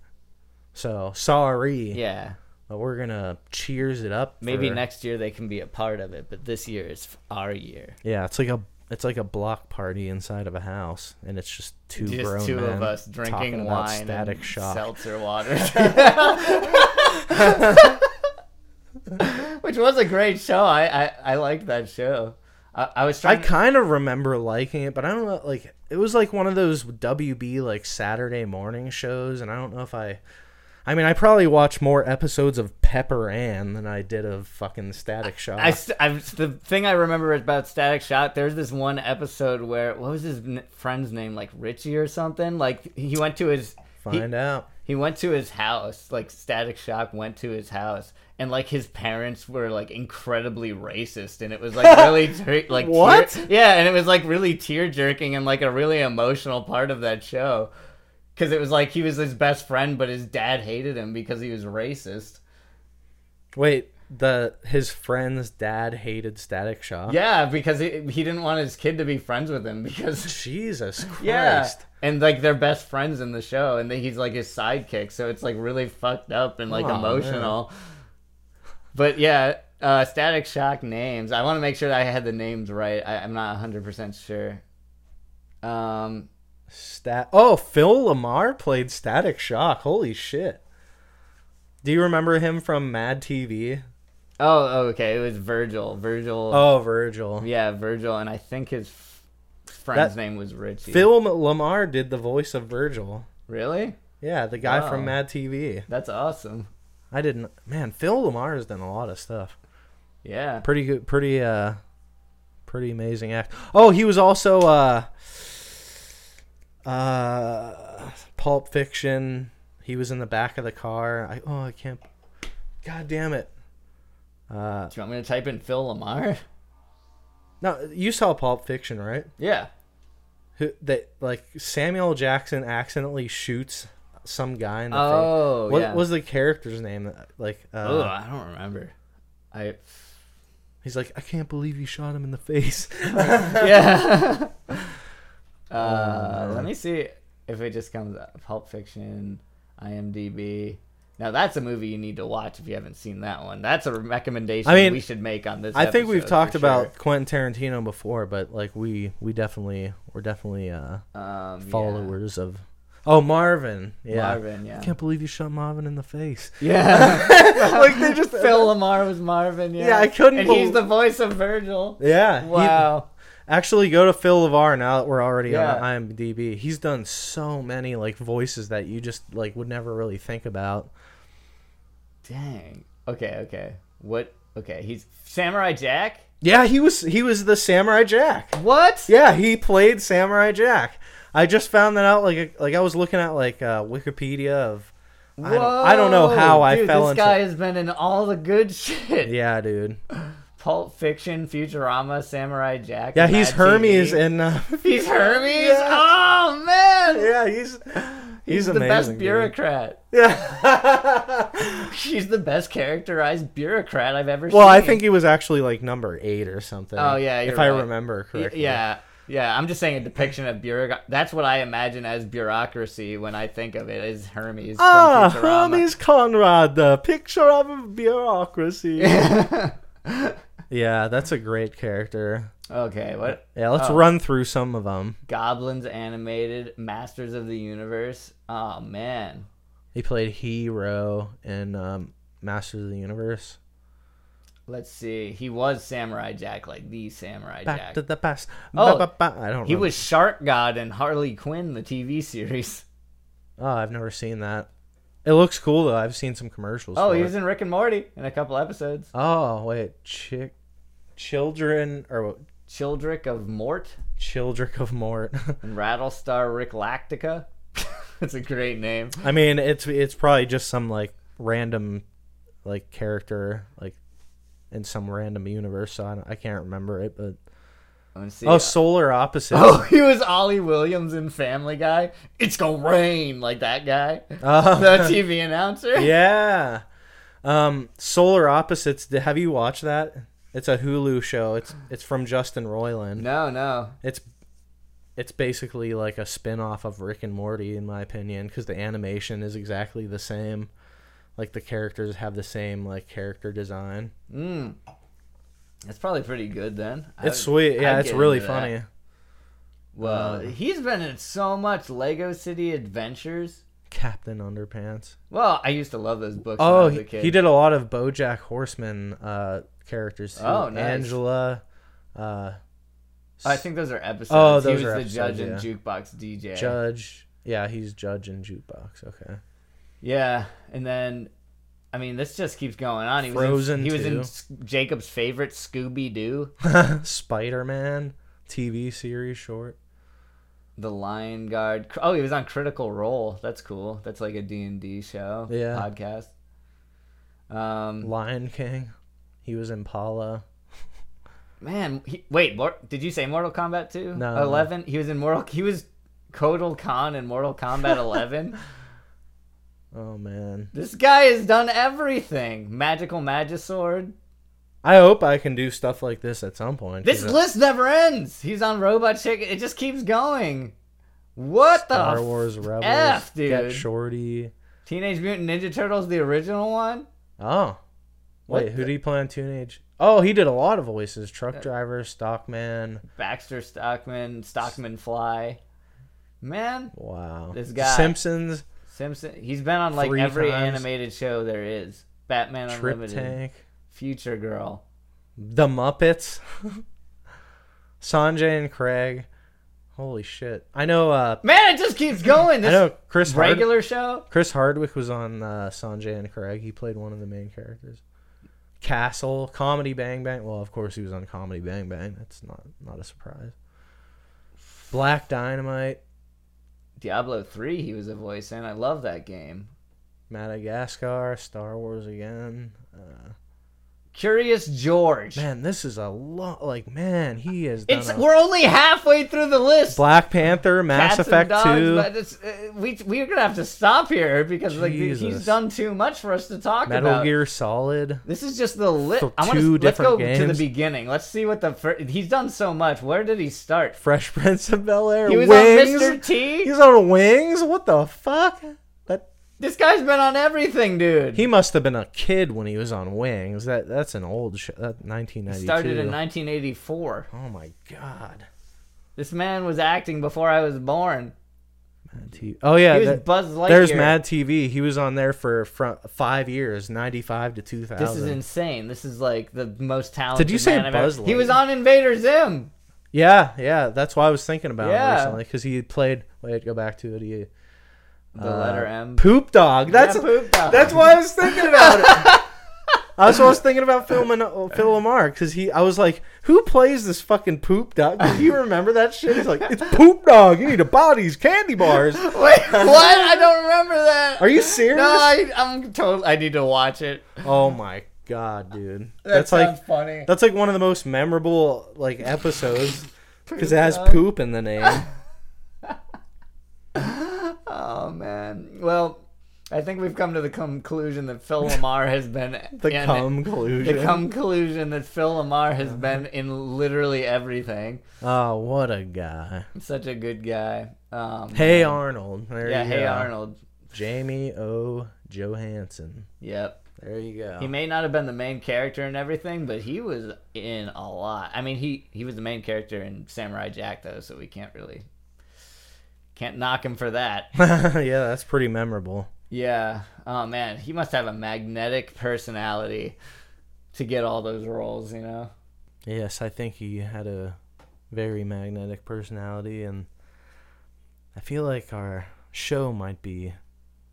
S3: So sorry.
S2: yeah.
S3: But we're going to cheers it up.
S2: Maybe
S3: for-
S2: next year they can be a part of it, but this year is f- our year.
S3: Yeah, it's like a it's like a block party inside of a house and it's just two
S2: Just
S3: grown
S2: two
S3: men
S2: of us
S3: talking
S2: drinking
S3: about
S2: wine
S3: static
S2: and
S3: shock.
S2: seltzer water. Which was a great show. I I, I liked that show. I, I was
S3: I
S2: trying. to-
S3: kind of remember liking it, but I don't know. Like it was like one of those WB like Saturday morning shows, and I don't know if I. I mean, I probably watched more episodes of Pepper Ann than I did of fucking Static Shock.
S2: I, st- I was- the thing I remember about Static Shock. There's this one episode where what was his n- friend's name, like Richie or something. Like he went to his
S3: Find out.
S2: He went to his house, like Static Shock went to his house, and like his parents were like incredibly racist, and it was like really ter- like tear-
S3: What?
S2: yeah, and it was like really tear jerking and like a really emotional part of that show, because it was like he was his best friend, but his dad hated him because he was racist.
S3: Wait, the his friend's dad hated Static Shock.
S2: Yeah, because he he didn't want his kid to be friends with him because
S3: Jesus Christ.
S2: Yeah. And like they're best friends in the show, and then he's like his sidekick, so it's like really fucked up and like
S3: Aw,
S2: emotional. But yeah, uh, Static Shock names. I want to make sure that I had the names right. I, I'm not 100% sure. Um,
S3: Stat. Oh, Phil Lamar played Static Shock. Holy shit. Do you remember him from Mad TV?
S2: oh, okay. It was Virgil. Virgil.
S3: Oh, Virgil.
S2: Yeah, Virgil. And I think his f- friend's
S3: That-
S2: name was Richie.
S3: Phil Lamar did the voice of Virgil.
S2: Really?
S3: Yeah, the guy
S2: Wow.
S3: from Mad TV.
S2: That's awesome.
S3: I didn't. Man, Phil Lamar has done a lot of stuff.
S2: Yeah.
S3: Pretty good. Pretty uh, pretty amazing act. Oh, he was also uh, uh, Pulp Fiction. He was in the back of the car. I oh, I can't. God damn it. Uh,
S2: Do you want me to type in Phil Lamar?
S3: No, you saw Pulp Fiction, right?
S2: Yeah.
S3: Who that like Samuel Jackson accidentally shoots some guy in the face.
S2: Oh,
S3: What
S2: yeah.
S3: was the character's name? Like, uh,
S2: Oh, I don't remember. I
S3: he's like, I can't believe you shot him in the face.
S2: yeah.
S3: Oh,
S2: uh, let me see if it just comes up. Pulp Fiction, IMDb. Now that's a movie you need to watch if you haven't seen that one. That's a recommendation
S3: I mean,
S2: we should make on this.
S3: I think we've
S2: episode,
S3: talked
S2: for
S3: about Quentin Tarantino before, but like we we definitely we're definitely uh,
S2: sure. um, yeah.
S3: followers of. Oh, Marvin. Yeah.
S2: Marvin. Yeah.
S3: I can't believe you shot Marvin in the face.
S2: yeah.
S3: like they just
S2: Phil Lamar was Marvin. Yeah.
S3: Yeah, I couldn't
S2: And he's
S3: believe-
S2: the voice of Virgil.
S3: Yeah. he-
S2: Wow.
S3: Actually, go to Phil Lavar now that we're already
S2: Yeah.
S3: on IMDb. He's done so many like voices that you just like would never really think about.
S2: Dang. Okay. Okay. What? Okay. He's Samurai Jack.
S3: Yeah, he was he was the Samurai Jack.
S2: What?
S3: Yeah, he played Samurai Jack. I just found that out like like I was looking at like uh, Wikipedia of I don't, I don't know how
S2: Whoa,
S3: I
S2: dude,
S3: fell
S2: this
S3: into
S2: guy has been in all the good shit.
S3: Yeah, dude.
S2: Pulp Fiction, Futurama, Samurai Jack.
S3: Yeah, he's
S2: Mad
S3: Hermes
S2: TV.
S3: and uh,
S2: He's Hermes.
S3: Yeah.
S2: Oh man,
S3: yeah, he's he's,
S2: he's the
S3: amazing,
S2: best
S3: dude.
S2: bureaucrat.
S3: Yeah.
S2: He's the best characterized bureaucrat I've ever seen.
S3: well, I think he was actually like number 8 or something.
S2: Oh, yeah,
S3: if
S2: you're
S3: I
S2: right.
S3: remember correctly.
S2: Yeah, yeah. I'm just saying a depiction of bureaucrat. That's what I imagine as bureaucracy when I think of it. Is Hermes?
S3: Ah,
S2: from Futurama.
S3: Hermes Conrad, the picture of a bureaucracy. yeah, that's a great character.
S2: okay, what?
S3: Yeah, let's
S2: Oh.
S3: run through some of them.
S2: Goblins animated, Masters of the Universe. Oh man.
S3: He played Hero in um, Masters of the Universe.
S2: Let's see. He was Samurai Jack, like the Samurai
S3: Back
S2: Jack.
S3: to the past.
S2: Oh.
S3: Ba, ba, ba. I don't.
S2: He
S3: remember.
S2: was Shark God in Harley Quinn, the TV series.
S3: Oh, I've never seen that. It looks cool though. I've seen some commercials.
S2: Oh,
S3: for
S2: he
S3: it.
S2: was in Rick and Morty in a couple episodes.
S3: Oh wait, chick, children or what,
S2: Childrick of Mort
S3: Childrick of Mort.
S2: and Rattlestar Rick Lactica. That's a great name.
S3: I mean, it's it's probably just some like random like character like in some random universe. So I, don't, I can't remember it, but
S2: Let me see. uh,
S3: oh, Solar Opposites.
S2: Oh, he was Ollie Williams in Family Guy. It's gonna rain like that guy,
S3: Uh,
S2: the TV announcer.
S3: yeah. Um, Solar Opposites. d- Have you watched that? It's a Hulu show. It's it's from Justin Roiland.
S2: No, no.
S3: It's it's basically like a spin-off of Rick and Morty in my opinion because the animation is exactly the same. Like the characters have the same like character design.
S2: Mm. That's probably pretty good then. I
S3: It's
S2: would-
S3: sweet. Yeah,
S2: I'd
S3: it's
S2: get
S3: really
S2: into that.
S3: funny.
S2: Well,
S3: Uh,
S2: he's been in so much Lego City Adventures.
S3: Captain Underpants.
S2: Well, I used to love those books when I
S3: Oh,
S2: was
S3: he,
S2: a kid.
S3: he did a lot of BoJack Horseman uh, characters. Too.
S2: Oh, nice.
S3: Angela. Uh,
S2: I think those are episodes.
S3: Oh,
S2: he
S3: those
S2: was
S3: are
S2: the judge and
S3: episodes,
S2: jukebox DJ.
S3: Judge. Yeah, he's Judge in Jukebox. Okay.
S2: Yeah, and then, I mean, this just keeps going on. He
S3: Frozen
S2: was in, he
S3: too.
S2: was in S- Jacob's favorite Scooby Doo.
S3: Spider Man TV series short.
S2: the Lion Guard. Cr- Oh, he was on Critical Role. That's cool. That's like a D and D show.
S3: Yeah.
S2: podcast. Um,
S3: Lion King. He was Impala.
S2: man, he, wait, Mor- did you say Mortal Kombat two?
S3: No, no.
S2: eleven. He was in Mortal. He was Kotal Khan in Mortal Kombat eleven.
S3: Oh man.
S2: this guy has done everything. Magical Magisword.
S3: I hope I can do stuff like this at some point.
S2: This
S3: 'cause
S2: list never ends. He's on Robot Chicken. It just keeps going. What
S3: Star
S2: the
S3: Wars Rebels.
S2: F,
S3: Get
S2: dude.
S3: Shorty.
S2: Teenage Mutant Ninja Turtles, the original one.
S3: Oh.
S2: What
S3: Wait, who
S2: the- Uh,
S3: did he play on Teenage? Oh, he did a lot of voices. Truck driver, stockman.
S2: Baxter Stockman, Stockman Fly. Man,
S3: Wow.
S2: This guy.
S3: Simpsons,
S2: Simpson. He's been on like
S3: Three
S2: every
S3: times.
S2: animated show there is. Batman
S3: Trip
S2: Unlimited,
S3: Tank,
S2: Future Girl.
S3: The Muppets, Sanjay and Craig. Holy shit. I know uh
S2: Man, it just keeps going.
S3: I
S2: This
S3: know Chris Hard-
S2: regular show.
S3: Chris Hardwick was on uh, Sanjay and Craig. He played one of the main characters. Castle, Comedy Bang Bang. Well, of course he was on Comedy Bang Bang. That's not not a surprise. Black Dynamite,
S2: Diablo three. He was a voice in. I love that game.
S3: Madagascar, Star Wars again. Uh,
S2: Curious George.
S3: man, this is a lot. Like, man, he is. Done
S2: it's
S3: a-
S2: we're only halfway through the list.
S3: Black Panther, Mass
S2: Cats and
S3: Effect
S2: dogs,
S3: Two,
S2: but it's, uh, we we're gonna have to stop here because like he's
S3: Jesus.
S2: done too much for us to talk
S3: Metal
S2: about.
S3: Gear Solid.
S2: This is just the lit.
S3: For
S2: I want
S3: two
S2: to let's go
S3: different
S2: to the
S3: games?
S2: beginning. Let's see what the first. He's done so much. Where did he start?
S3: Fresh Prince of Bel Air.
S2: He was
S3: Wings.
S2: on Mr. T.
S3: He's on Wings. What the fuck? That
S2: this guy's been on everything, dude.
S3: He must have been a kid when he was on Wings. That that's an old show. That 1992.
S2: started in 1984.
S3: oh my god.
S2: This man was acting before I was born.
S3: Mad TV. Oh yeah.
S2: He was
S3: that-
S2: Buzz Lightyear.
S3: there's Mad TV. He was on there for fr- five years, 95 to 2000.
S2: This is insane. This is like the most talented.
S3: Did you say
S2: man I've ever-
S3: Buzz
S2: He was
S3: Lightyear?
S2: on Invader Zim.
S3: yeah, yeah. That's why I was thinking about
S2: Yeah.
S3: him recently because he played. Wait, go back to it. He,
S2: The
S3: uh,
S2: letter M.
S3: Poop dog. That's
S2: Yeah, poop dog.
S3: that's why I was thinking about it. That's what I was thinking about Phil, Mon- Phil Lamar because he. I was like, who plays this fucking poop dog? Do you remember that shit? He's like, it's poop dog. You need to buy these candy bars.
S2: Wait, what? I don't remember that.
S3: Are you serious?
S2: No, I, I'm totally. I need to watch it.
S3: oh my god, dude.
S2: That
S3: that's
S2: sounds
S3: like
S2: funny.
S3: that's like one of the most memorable like episodes because it has
S2: dog.
S3: poop in the name.
S2: Oh man. Well, I think we've come to the conclusion that Phil Lamar has been
S3: The
S2: in-
S3: cum
S2: the
S3: collusion.
S2: conclusion that Phil Lamar has been in literally everything.
S3: oh, what a guy.
S2: Such a good guy. Um,
S3: Hey Arnold. There
S2: yeah,
S3: you
S2: hey
S3: go.
S2: Arnold.
S3: Jamie O. Johansson.
S2: Yep.
S3: There you go.
S2: He may not have been the main character and everything, but he was in a lot. I mean, he he was the main character in Samurai Jack though, so we can't really can't knock him for that.
S3: yeah, that's pretty memorable.
S2: Yeah. Oh man, he must have a magnetic personality to get all those roles, you know.
S3: Yes, I think he had a very magnetic personality, and I feel like our show might be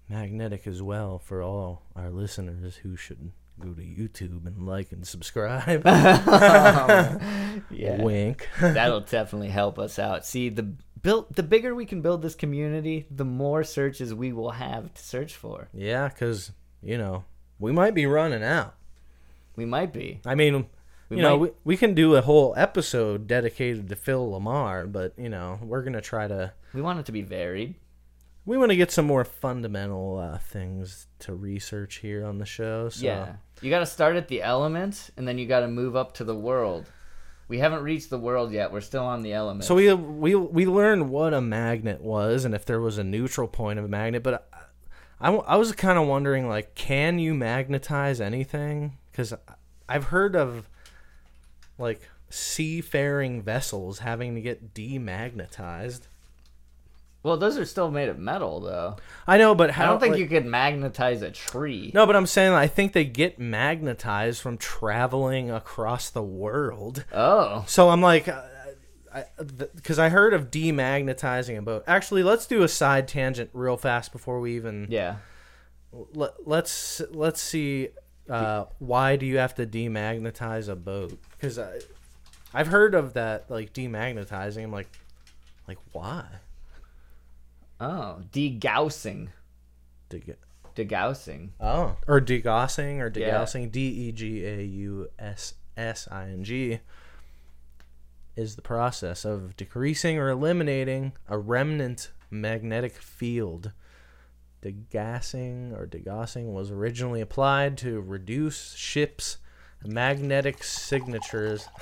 S3: magnetic as well for all our listeners who should go to YouTube and like and subscribe.
S2: Um, yeah.
S3: Wink.
S2: That'll definitely help us out. See, the built the bigger we can build this community, the more searches we will have to search for.
S3: yeah, because, you know, we might be running out.
S2: We might be.
S3: I mean,
S2: We
S3: you know, we,
S2: might-
S3: we can do a whole episode dedicated to Phil Lamar, but, you know, we're going to try to.
S2: We want it to be varied.
S3: we want to get some more fundamental uh, things to research here on the show. So
S2: Yeah. You got to start at the elements and then you got to move up to the world. We haven't reached the world yet. We're still on the elements.
S3: So we we we learned what a magnet was and if there was a neutral point of a magnet, but uh, I, I, I was kind of wondering like, can you magnetize anything? Because I've heard of like seafaring vessels having to get demagnetized.
S2: well, those are still made of metal though.
S3: I know, but how,
S2: I don't think
S3: like-
S2: you could magnetize a tree.
S3: No, but I'm saying I think they get magnetized from traveling across the world.
S2: Oh.
S3: So I'm like, because I, because I heard of demagnetizing a boat. Actually, let's do a side tangent real fast before we even.
S2: Yeah.
S3: Let, let's let's see. Uh, why do you have to demagnetize a boat? Because I, I've heard of that like demagnetizing. I'm like, like why?
S2: Oh, degaussing.
S3: Dig it.
S2: Degaussing.
S3: Oh, or degaussing or
S2: Yeah.
S3: degaussing. D e g a u s s i n g is the process of decreasing or eliminating a remnant magnetic field. Degassing or degaussing was originally applied to reduce ships' magnetic signatures.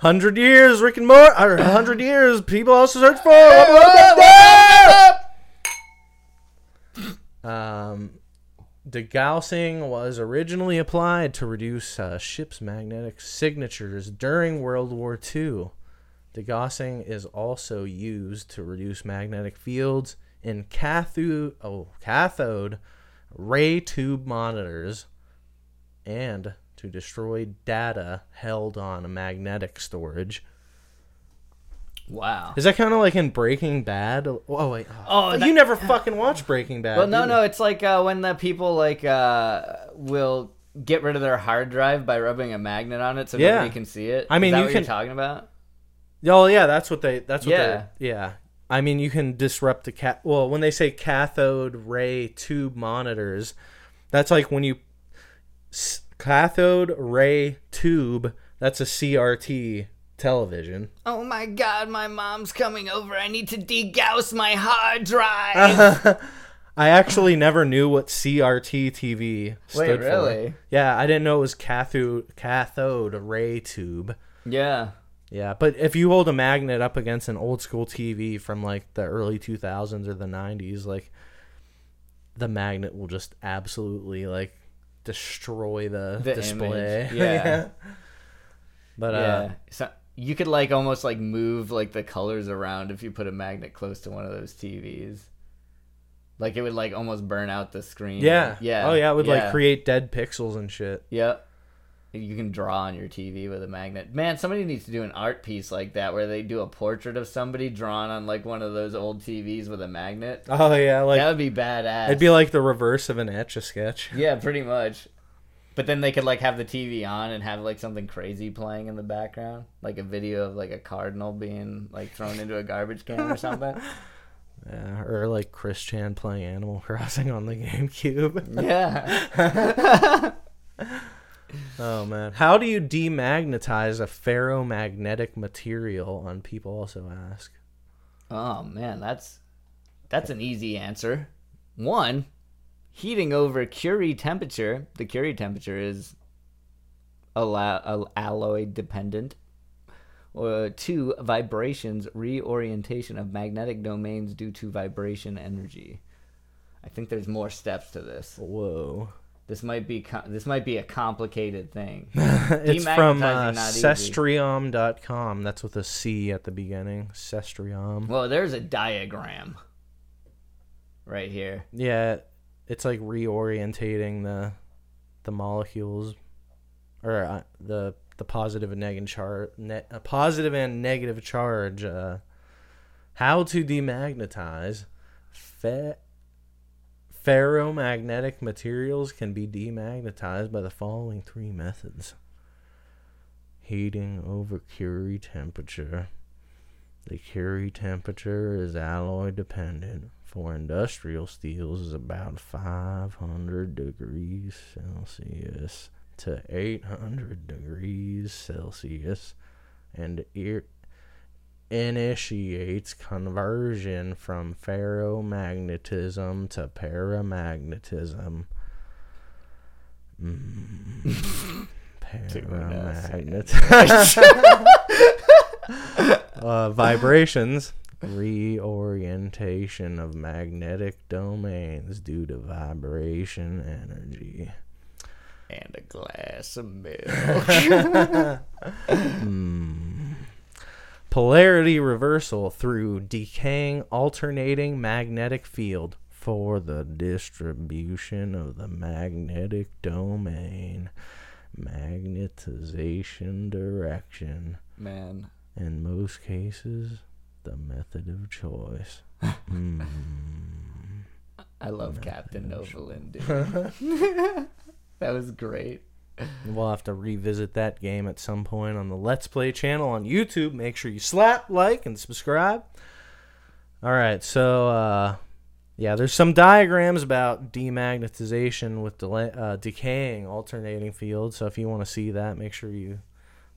S3: Hundred years, Rick and Morty. Or hundred years, people also search for. Um, degaussing was originally applied to reduce uh, ships' magnetic signatures during World War II. Degaussing is also used to reduce magnetic fields in cathode, oh, cathode ray tube monitors and to destroy data held on a magnetic storage.
S2: Wow.
S3: Is that kind of like in Breaking Bad? Oh, wait.
S2: Oh,
S3: Oh,
S2: that-
S3: you never fucking watched Breaking Bad.
S2: Well, no,
S3: did you?
S2: no, it's like uh, when the people like uh, will get rid of their hard drive by rubbing a magnet on it so
S3: Yeah.
S2: nobody can see it.
S3: I mean,
S2: Is that
S3: you
S2: what
S3: can-
S2: you're talking about.
S3: Oh yeah, that's what they. That's what
S2: Yeah.
S3: they. Yeah. I mean, you can disrupt the cat. Well, when they say cathode ray tube monitors, that's like when you s- cathode ray tube. That's a CRT television.
S2: Oh my god, my mom's coming over. I need to degauss my hard drive.
S3: I actually never knew what CRT TV stood
S2: Wait,
S3: for.
S2: really?
S3: Yeah, I didn't know it was cathode cathode ray tube.
S2: Yeah.
S3: Yeah, but if you hold a magnet up against an old school TV from like the early 2000s or the 90s, like the magnet will just absolutely like destroy the,
S2: The
S3: display.
S2: image, yeah.
S3: But
S2: yeah.
S3: uh
S2: So you could like almost like move like the colors around if you put a magnet close to one of those TVs. Like it would like almost burn out the screen.
S3: yeah.
S2: Yeah.
S3: Oh yeah, it would
S2: yeah.
S3: like create dead pixels and shit.
S2: Yep. You can draw on your TV with a magnet. Man, somebody needs to do an art piece like that where they do a portrait of somebody drawn on like one of those old TVs with a magnet.
S3: Oh yeah, like
S2: that would be badass.
S3: it'd be like the reverse of an etch a sketch.
S2: yeah, pretty much. But then they could like have the TV on and have like something crazy playing in the background, like a video of like a cardinal being like thrown into a garbage can or something.
S3: Yeah, or like Chris Chan playing Animal Crossing on the GameCube.
S2: Yeah.
S3: Oh man, how do you demagnetize a ferromagnetic material? On people also ask.
S2: Oh man, that's that's an easy answer. One, heating over Curie temperature. The Curie temperature is allo- al- alloy dependent. Or two, vibrations reorientation of magnetic domains due to vibration energy. I think there's more steps to this.
S3: Whoa.
S2: This might be com- this might be a complicated thing.
S3: it's from uh,
S2: Demagnetizing not easy.
S3: cestrium.com. That's with a C at the beginning. Cestrium.
S2: Well, there's a diagram right here.
S3: Yeah, it's like reorientating the the molecules or uh, the the positive and negative charge, ne- a positive and negative charge. Uh, how to demagnetize fe- ferromagnetic materials can be demagnetized by the following three methods: heating over Curie temperature. The Curie temperature is alloy dependent. For industrial steels is about 500 degrees Celsius to 800 degrees Celsius and ir- initiates conversion from ferromagnetism to paramagnetism. Mm. Paramagnetism. uh, vibrations. Reorientation of magnetic domains due to vibration energy.
S2: And a glass of milk.
S3: Hmm. polarity reversal through decaying alternating magnetic field for the distribution of the magnetic domain, magnetization direction,
S2: Man.
S3: in most cases, the method of choice. Hmm.
S2: I love Captain Novalin, dude. that was great.
S3: We'll have to revisit that game at some point on the Let's Play channel on YouTube. Make sure you slap, like, and subscribe. All right, so uh, yeah, there's some diagrams about demagnetization with delay, uh, decaying alternating fields. So if you want to see that, make sure you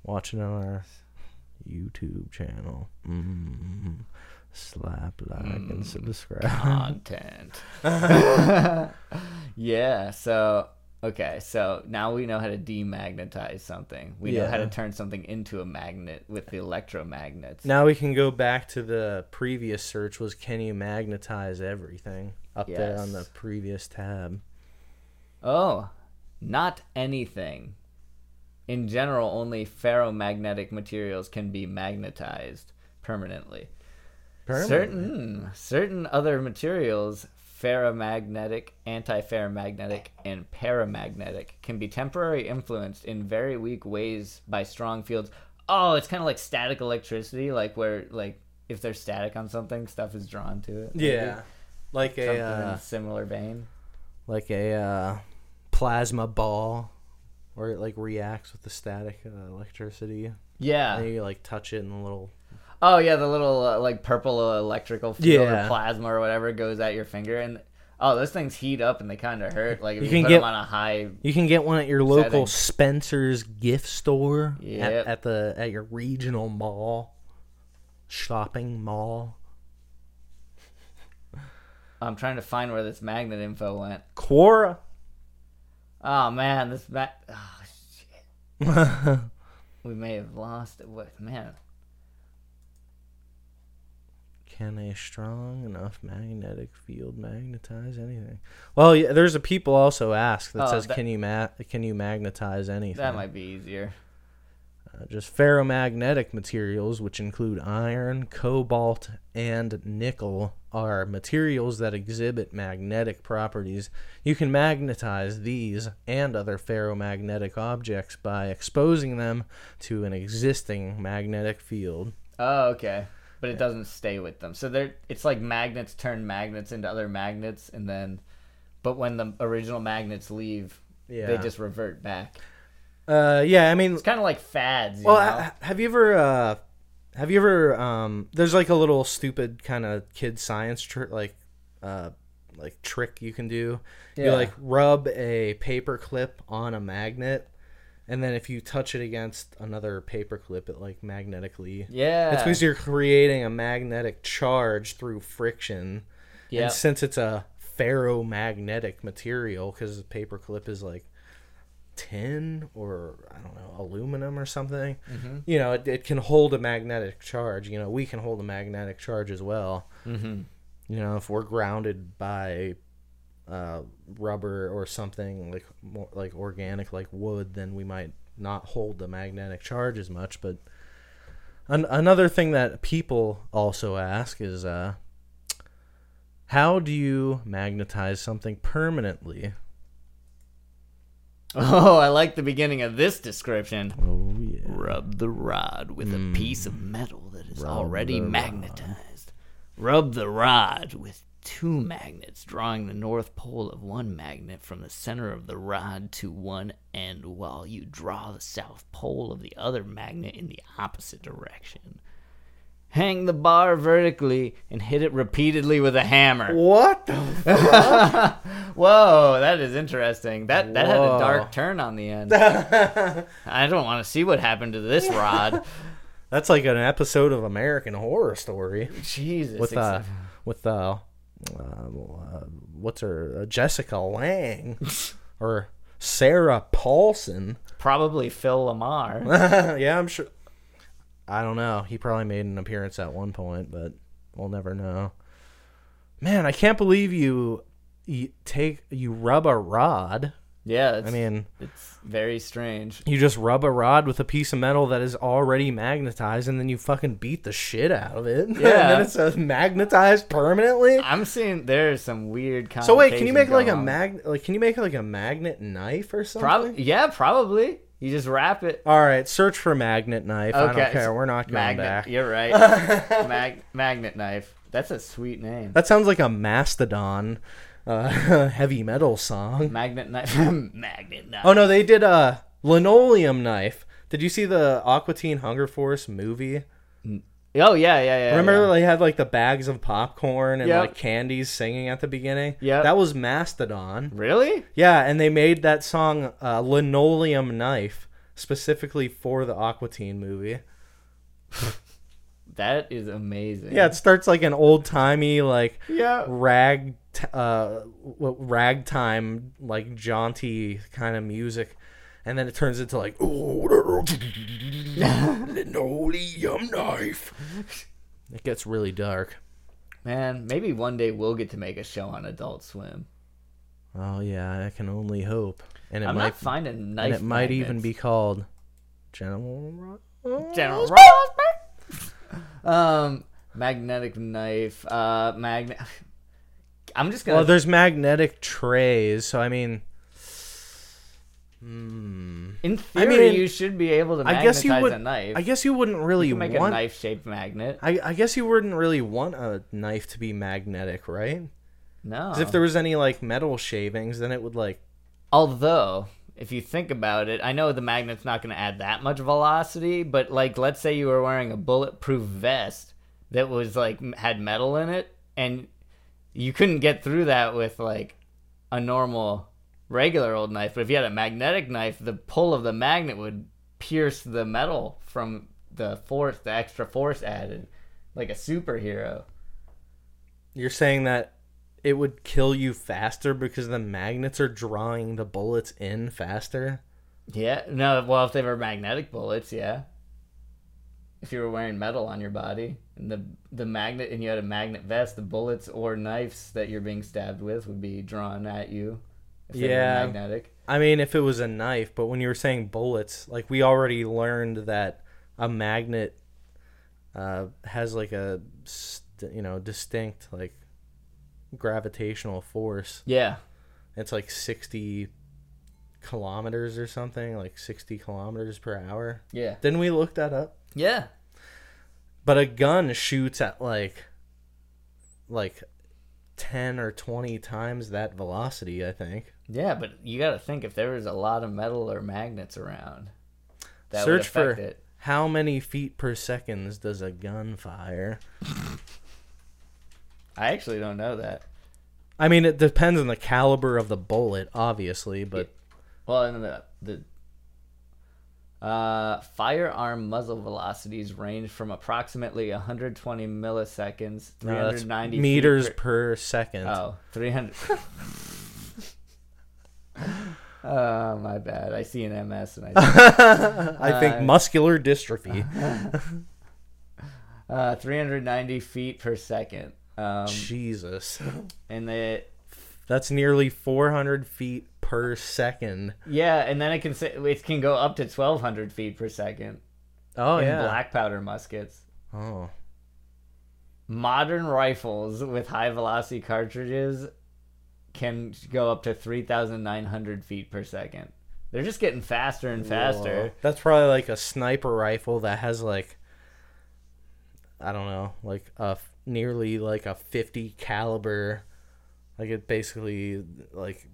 S3: watch it on our YouTube channel. mm Slap like and subscribe.
S2: Content. yeah. So okay. So now we know how to demagnetize something. We know how to
S3: Yeah.
S2: turn something into a magnet with the electromagnets.
S3: Now we can go back to the previous search was can you magnetize everything up there on the
S2: Yes.
S3: previous tab.
S2: Oh, not anything. In general, only ferromagnetic materials can be magnetized permanently. Certain hmm, certain other materials, ferromagnetic, antiferromagnetic, and paramagnetic, can be temporarily influenced in very weak ways by strong fields. Oh, it's kind of like static electricity, like where like if there's static on something, stuff is drawn to it. maybe.
S3: Yeah. Like
S2: something
S3: a
S2: in
S3: uh,
S2: a similar vein.
S3: like a uh, plasma ball where it like reacts with the static uh, electricity.
S2: Yeah.
S3: And you like touch it and a little
S2: Oh yeah, the little uh, like purple uh, electrical field or
S3: Yeah.
S2: plasma or whatever goes at your finger, and oh, those things heat up and they kind of hurt. Like if you,
S3: You can
S2: put
S3: get-
S2: them on a high,
S3: You can get one at your local
S2: Setting.
S3: Spencer's gift store
S2: Yep.
S3: at, at the at your regional mall shopping mall.
S2: I'm trying to find where this magnet info went.
S3: Quora.
S2: Oh man, this ma- oh, shit. we may have lost it. What man?
S3: Can a strong enough magnetic field magnetize anything? Well, yeah, there's a people also ask that
S2: Oh,
S3: says,
S2: that-
S3: "Can you ma- can you magnetize anything?"
S2: That might be easier.
S3: Uh, just ferromagnetic materials, which include iron, cobalt, and nickel, are materials that exhibit magnetic properties. You can magnetize these and other ferromagnetic objects by exposing them to an existing magnetic field.
S2: Oh okay, but it doesn't stay with them. So they're it's like magnets turn magnets into other magnets, and then, but when the original magnets leave, they
S3: Yeah.
S2: just revert back.
S3: Uh, yeah, I mean,
S2: It's kind of like fads. You
S3: well,
S2: know?
S3: ha- have you ever, uh, have you ever, um, there's like a little stupid kind of kid science trick, like, uh, like trick you can do.
S2: Yeah.
S3: You like rub a paper clip on a magnet, and then if you touch it against another paper clip, it like magnetically.
S2: Yeah.
S3: It's because you're creating a magnetic charge through friction.
S2: yeah.
S3: And since it's a ferromagnetic material, because the paper clip is like tin or I don't know aluminum or something, you know, it, it can hold a magnetic charge. You know, we can hold a magnetic charge as well. Mm-hmm. You know, if we're grounded by uh, rubber or something like more, like organic, like wood, then we might not hold the magnetic charge as much. But an- another thing that people also ask is, uh, how do you magnetize something permanently?
S2: Oh, I like the beginning of this description.
S3: Oh yeah. Mm.
S2: Rub the rod with a piece of metal that is already magnetized. Rub the rod with two magnets, drawing the north pole of one magnet from the center of the rod to one end, while you draw the south pole of the other magnet in the opposite direction. Hang the bar vertically and hit it repeatedly with a hammer.
S3: What the?
S2: Whoa, that is interesting. That that had a
S3: Whoa.
S2: dark turn on the end. I don't want to see what happened to this rod.
S3: That's like an episode of American Horror Story
S2: Jesus.
S3: with uh,
S2: except-
S3: with uh, uh, what's her uh, Jessica Lang or Sarah Paulson?
S2: probably Phil Lamar.
S3: yeah, I'm sure. I don't know. He probably made an appearance at one point, but we'll never know. Man, I can't believe you, you take you rub a rod.
S2: yeah, it's,
S3: I mean,
S2: it's very strange.
S3: you just rub a rod with a piece of metal that is already magnetized and then you fucking beat the shit out of it. and
S2: Yeah.
S3: then it says magnetized permanently.
S2: I'm seeing there's some weird.
S3: So wait, can you make like a
S2: mag?
S3: mag like can you make like a magnet knife or something?
S2: Probably, yeah, probably. You just wrap it.
S3: All right, search for magnet knife. I
S2: Okay,
S3: don't care. We're not going
S2: Magnet.
S3: back.
S2: You're right. Mag- magnet knife. That's a sweet name.
S3: That sounds like a mastodon uh, heavy metal song.
S2: Magnet knife. magnet knife.
S3: Oh no, they did a linoleum knife. Did you see the Aqua Teen Hunger Force movie?
S2: Oh yeah, yeah, yeah.
S3: Remember
S2: yeah.
S3: they had like the bags of popcorn and
S2: Yep.
S3: like candies singing at the beginning?
S2: Yep.
S3: That was Mastodon.
S2: Really?
S3: Yeah, and they made that song uh, Linoleum Knife specifically for the Aqua Teen movie.
S2: That is amazing.
S3: Yeah, it starts like an old timey like
S2: yeah.
S3: rag t- uh what ragtime like jaunty kind of music and then it turns into like linoleum knife it gets really dark
S2: Man, maybe one day we'll get to make a show on Adult Swim.
S3: oh yeah i can only hope and it
S2: I'm
S3: might
S2: not finding knife.
S3: and it might even be
S2: magnets.
S3: called general Ro-
S2: General Ross. um, magnetic knife. Uh, magnet. I'm just gonna.
S3: well there's magnetic trays so i mean Hmm.
S2: in theory,
S3: mean,
S2: you should be able to
S3: I
S2: magnetize
S3: guess you would.
S2: a knife.
S3: I guess you wouldn't really
S2: you can make a
S3: want
S2: knife shaped magnet.
S3: I, I guess you wouldn't really want a knife to be magnetic, right?
S2: No.
S3: 'Cause if there was any like metal shavings, then it would like
S2: Although, if you think about it, I know the magnet's not going to add that much velocity, but like, let's say you were wearing a bulletproof vest that was like m- had metal in it, and you couldn't get through that with like a normal, regular old knife. But if you had a magnetic knife, the pull of the magnet would pierce the metal from the force, the extra force added, like a superhero.
S3: you're saying that it would kill you faster because the magnets are drawing the bullets in faster.
S2: Yeah. No. Well, if they were magnetic bullets, yeah. If you were wearing metal on your body, and the the magnet, and you had a magnet vest, the bullets or knives that you're being stabbed with would be drawn at you. If they
S3: Yeah.
S2: Were magnetic.
S3: I mean, if it was a knife, but when you were saying bullets, like we already learned that a magnet uh, has like a st- you know distinct like gravitational force.
S2: Yeah.
S3: it's like 60 kilometers or something like 60 kilometers per hour
S2: Yeah.
S3: didn't we look that up
S2: Yeah.
S3: but a gun shoots at like like 10 or 20 times that velocity i think
S2: Yeah. But you got to think if there was a lot of metal or magnets around, that would
S3: Search for-
S2: affect it.
S3: how many feet per seconds does a gun fire
S2: I actually don't know that.
S3: i mean it depends on the caliber of the bullet obviously but uh,
S2: Well, and the the uh, firearm muzzle velocities range from approximately 120 milliseconds,
S3: no, that's
S2: 390 feet
S3: meters
S2: per-
S3: per second
S2: oh, 300. oh my bad. I see an MS and I
S3: i think muscular dystrophy
S2: um, uh, 390 feet per second. Um,
S3: jesus
S2: and the
S3: That's nearly 400 feet per second.
S2: yeah, and then it can say, it can go up to 1200 feet per second
S3: Oh
S2: in black powder muskets.
S3: Oh.
S2: modern rifles with high velocity cartridges can go up to 3,900 feet per second. They're just getting faster and faster.
S3: That's probably like a sniper rifle that has like I don't know, like a f- nearly like a 50 caliber like it basically like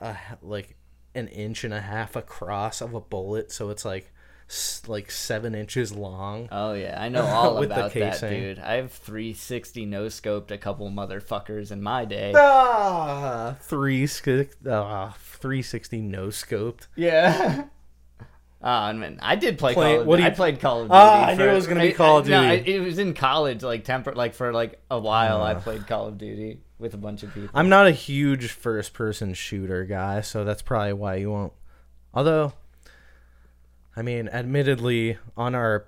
S3: a h- like an inch and a half across of a bullet, so it's like s- like 7 inches long.
S2: Oh yeah, I know all
S3: With the
S2: about that,
S3: casing.
S2: dude. I've 360 no scoped a couple motherfuckers in my day.
S3: Ah, 360 ah, 360 no scoped.
S2: Yeah. Oh man, I did play.
S3: Play-
S2: Call of,
S3: what do you-
S2: I played Call of Duty.
S3: Ah, I knew it was gonna be
S2: I-
S3: Call of
S2: I- No, I,
S3: Duty. Ah.
S2: it was in college, like temper, like for like a while. I played Call of Duty with a bunch of people.
S3: I'm not a huge first person shooter guy, so that's probably why you won't. Although, I mean, admittedly, on our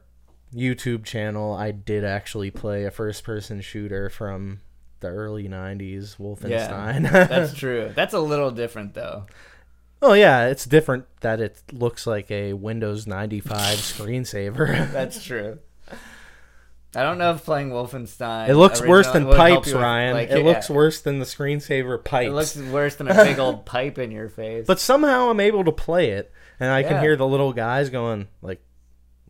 S3: YouTube channel, I did actually play a first person shooter from the early 90s, Wolfenstein.
S2: That's true. That's a little different though.
S3: oh, yeah, it's different that it looks like a Windows 95 screensaver.
S2: That's true. I don't know if playing Wolfenstein.
S3: It looks worse
S2: original
S3: than
S2: would help
S3: pipes,
S2: you with,
S3: Ryan.
S2: like,
S3: it
S2: yeah,
S3: looks worse than the screensaver pipes.
S2: It looks worse than a big old pipe in your face.
S3: but somehow I'm able to play it, and I
S2: Yeah.
S3: can hear the little guys going like,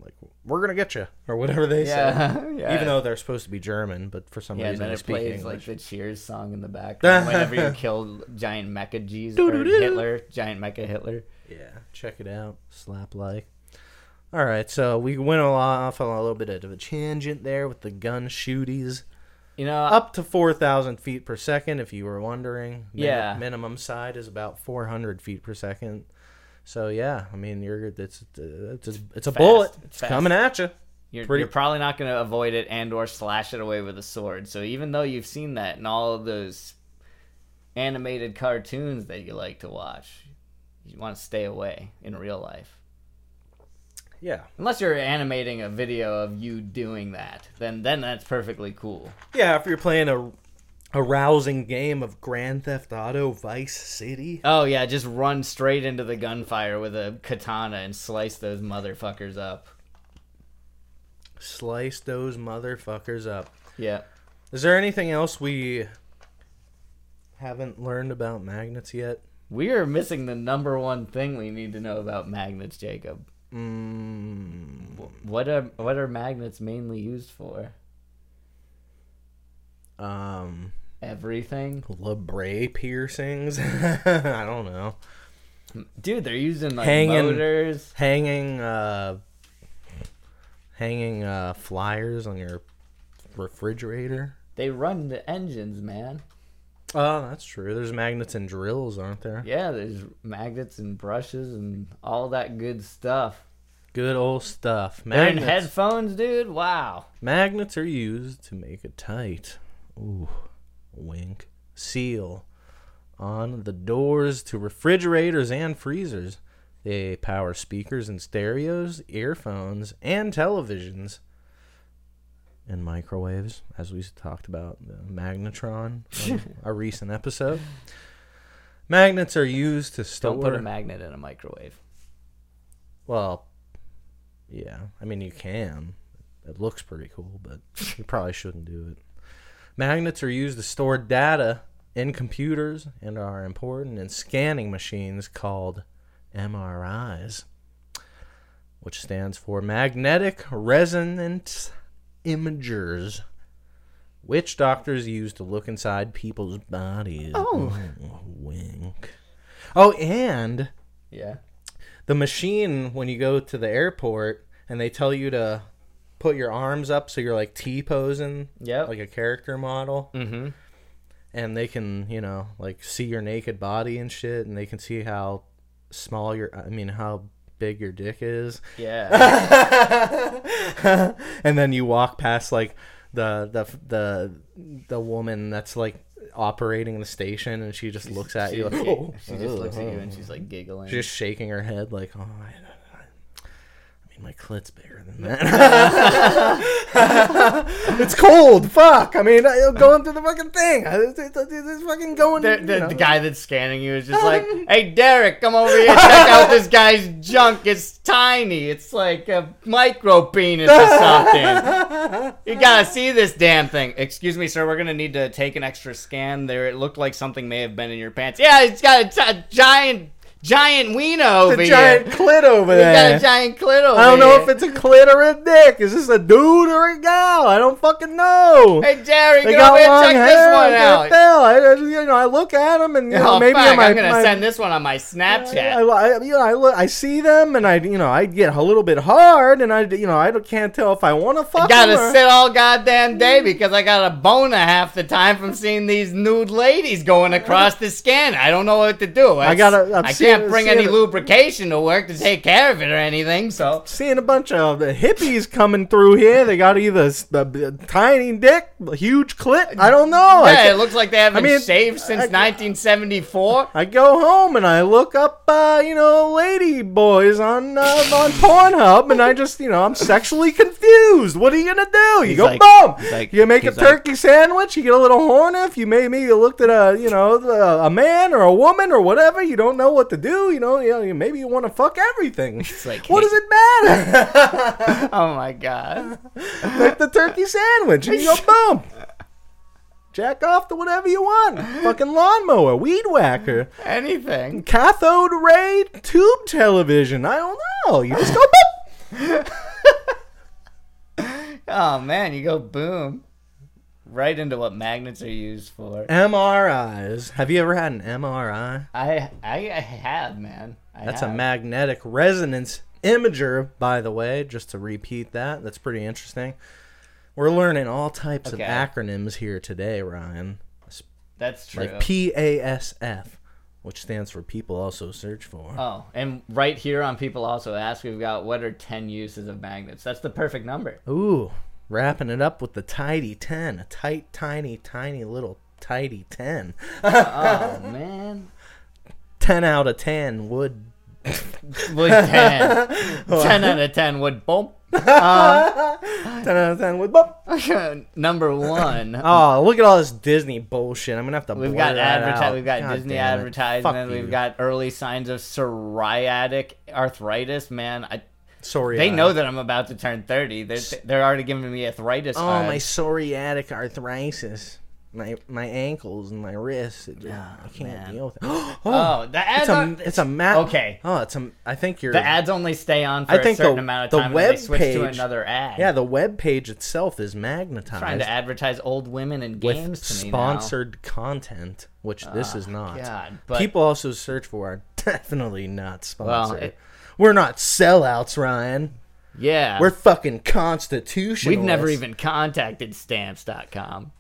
S3: like we're gonna get you or whatever they say.
S2: yeah, yeah.
S3: Even though they're supposed to be German, but for some
S2: yeah, and
S3: reason
S2: then
S3: they
S2: it
S3: speak
S2: plays
S3: English.
S2: like the Cheers song in the background whenever you kill giant mecha G's or
S3: Doo-doo-doo.
S2: Hitler, giant mecha Hitler.
S3: yeah, check it out. Slap like. All right, so we went off on a little bit of a tangent there with the gun shooties.
S2: You know,
S3: Up to 4,000 feet per second, if you were wondering. Min-
S2: Yeah.
S3: Minimum side is about 400 feet per second. So, yeah, I mean, you're it's, it's, it's, a bullet.
S2: It's
S3: It's,
S2: fast.
S3: coming at you.
S2: you're,
S3: pretty-
S2: you're probably not going to avoid it and or slash it away with a sword. So even though you've seen that in all of those animated cartoons that you like to watch, you want to stay away in real life.
S3: Yeah.
S2: Unless you're animating a video of you doing that, then then that's perfectly cool.
S3: Yeah, if you're playing a, a rousing game of Grand Theft Auto Vice City.
S2: Oh yeah, just run straight into the gunfire with a katana and slice those motherfuckers up.
S3: Slice those motherfuckers up.
S2: Yeah.
S3: Is there anything else we haven't learned about magnets yet?
S2: We are missing the number one thing we need to know about magnets, Jacob.
S3: Mm,
S2: What are what are magnets mainly used for?
S3: um,
S2: Everything,
S3: labret piercings. I don't know.
S2: dude. They're using like
S3: Hanging-
S2: motors.
S3: Hanging, uh, hanging uh, flyers on your refrigerator.
S2: They run the engines, man.
S3: Oh, that's true. There's magnets and drills, aren't there?
S2: Yeah, there's magnets and brushes and all that good stuff.
S3: Good old stuff.
S2: They're in
S3: Magnets.
S2: headphones, dude. Wow.
S3: Magnets are used to make a tight, ooh, wink, seal on the doors to refrigerators and freezers. They power speakers and stereos, earphones, and televisions. And microwaves, as we talked about the magnetron on a recent episode. Magnets are used to store.
S2: Don't put a magnet in a microwave.
S3: Well, yeah. I mean, you can. It looks pretty cool, but you probably shouldn't do it. Magnets are used to store data in computers and are important in scanning machines called MRIs, which stands for magnetic resonance imagers, which doctors use to look inside people's bodies.
S2: Oh.
S3: wink. Oh, and
S2: Yeah.
S3: the machine when you go to the airport and they tell you to put your arms up so you're like T posing,
S2: Yep.
S3: like a character model,
S2: mm-hmm.
S3: and they can you know like see your naked body and shit, and they can see how small your I mean how big your dick is,
S2: Yeah.
S3: and then you walk past like the the the the woman that's like operating the station and she just looks at you
S2: she,
S3: like
S2: she-
S3: "Oh,
S2: she just looks at
S3: oh,
S2: you and she's like giggling.
S3: She's just shaking her head like, oh, I, I, I mean, my clit's bigger than that. it's cold. Fuck. I mean, I'm going through the fucking thing. I- It's, it's, it's- it's fucking going.
S2: the,
S3: you
S2: the,
S3: know.
S2: the guy that's scanning you is just like, "Hey, Derek, come over here. Check out this guy's junk. It's tiny. It's like a micro penis or something. You gotta see this damn thing." Excuse me, sir. We're gonna need to take an extra scan. There, it looked like something may have been in your pants. Yeah, it's got a t- a giant, giant wiener over
S3: The giant
S2: here.
S3: clit over
S2: It's
S3: there.
S2: got a giant clit over
S3: I don't know
S2: here.
S3: if it's a clit or a dick. Is this a dude or a gal? I don't fucking know.
S2: Hey, Derek,
S3: they
S2: get
S3: got
S2: over here and
S3: long
S2: check
S3: hair.
S2: this one
S3: I
S2: out.
S3: can't tell. I, I- you know, I look at them and you know,
S2: oh,
S3: maybe
S2: fuck,
S3: on my,
S2: I'm gonna
S3: my-
S2: send this one on my Snapchat.
S3: I, I, you know, I, look, I see them and I, you know, I get a little bit hard and I, you know, I don't- can't tell if I want to fuck
S2: gotta
S3: them or-
S2: sit all goddamn day because I got a boner half the time from seeing these nude ladies going across the scanner. I don't know what to do. It's-
S3: gotta- I'm
S2: I
S3: seeing-
S2: can't bring
S3: seeing
S2: any
S3: it.
S2: lubrication to work to take care of it or anything. So
S3: Seeing a bunch of the hippies coming through here, they got either s- a b- a tiny dick, a huge clit. I don't know. I,
S2: yeah, it
S3: ca-
S2: looks like they haven't
S3: mean,
S2: shaved since
S3: I-
S2: 1974.
S3: I go home and I look up, uh, you know, lady boys on uh, on Pornhub, and I just, you know, I'm sexually confused. What are you gonna do? You go
S2: like- he's
S3: boom.
S2: like-
S3: you make a
S2: he's like-
S3: turkey sandwich. You get a little horny if you may maybe you looked at a, you know, the- a man or a woman or whatever. You don't know what to do. You know, you know, you- maybe you want to fuck everything.
S2: like,
S3: what
S2: hey-
S3: does it matter?
S2: Oh my god.
S3: Make the turkey sandwich and you go boom. Jack off to whatever you want. Fucking lawnmower, weed whacker
S2: Anything.
S3: cathode ray tube television. I don't know. You just go boop.
S2: Oh man, you go boom. Right into what magnets are used for.
S3: MRIs. Have you ever had an MRI?
S2: I I, I have, man. I
S3: That's
S2: have.
S3: a magnetic resonance Imager, by the way, just to repeat that, that's pretty interesting. We're learning all types
S2: Okay.
S3: of acronyms here today, Ryan. It's
S2: That's true.
S3: Like PASF, which stands for People Also Search For.
S2: oh, and right here on people also ask, we've got what are ten uses of magnets? That's the perfect number.
S3: Ooh, wrapping it up with the tidy 10. A tight, tiny, tiny little tidy 10.
S2: Oh man,
S3: 10 out of 10 would.
S2: would ten. ten out of ten would bump.
S3: 10 out of 10 would. Bump.
S2: number one.
S3: Oh, look at all this Disney bullshit. I'm going to have to
S2: We've
S3: blur
S2: got
S3: that
S2: adverti-
S3: out.
S2: We've got
S3: God
S2: Disney
S3: damn it. Fuck
S2: advertisement.
S3: you.
S2: We've got early signs of psoriatic arthritis. Man, I,
S3: Sorry. uh,
S2: they know that I'm about to turn thirty. They're, they're already giving me arthritis.
S3: Oh,
S2: odds.
S3: my psoriatic arthritis. My my ankles and my wrists. It just, I can't
S2: man.
S3: deal with it. Oh,
S2: Oh, the ads.
S3: it's a
S2: aren't-
S3: it's a map.
S2: Okay.
S3: Oh, it's a. I think you're.
S2: the ads only stay on for
S3: I
S2: a
S3: think
S2: certain
S3: the-
S2: amount of
S3: the
S2: time, and then they
S3: web
S2: switch to
S3: page-
S2: another ad.
S3: yeah, the web page itself is magnetized
S2: trying to advertise old women and games
S3: with
S2: to me
S3: sponsored content, which this is
S2: now.
S3: not.
S2: God, but
S3: People also search for are definitely not sponsored.
S2: it-
S3: We're not sellouts, Ryan.
S2: yeah,
S3: We're fucking constitutional.
S2: we've never even contacted stamps.com.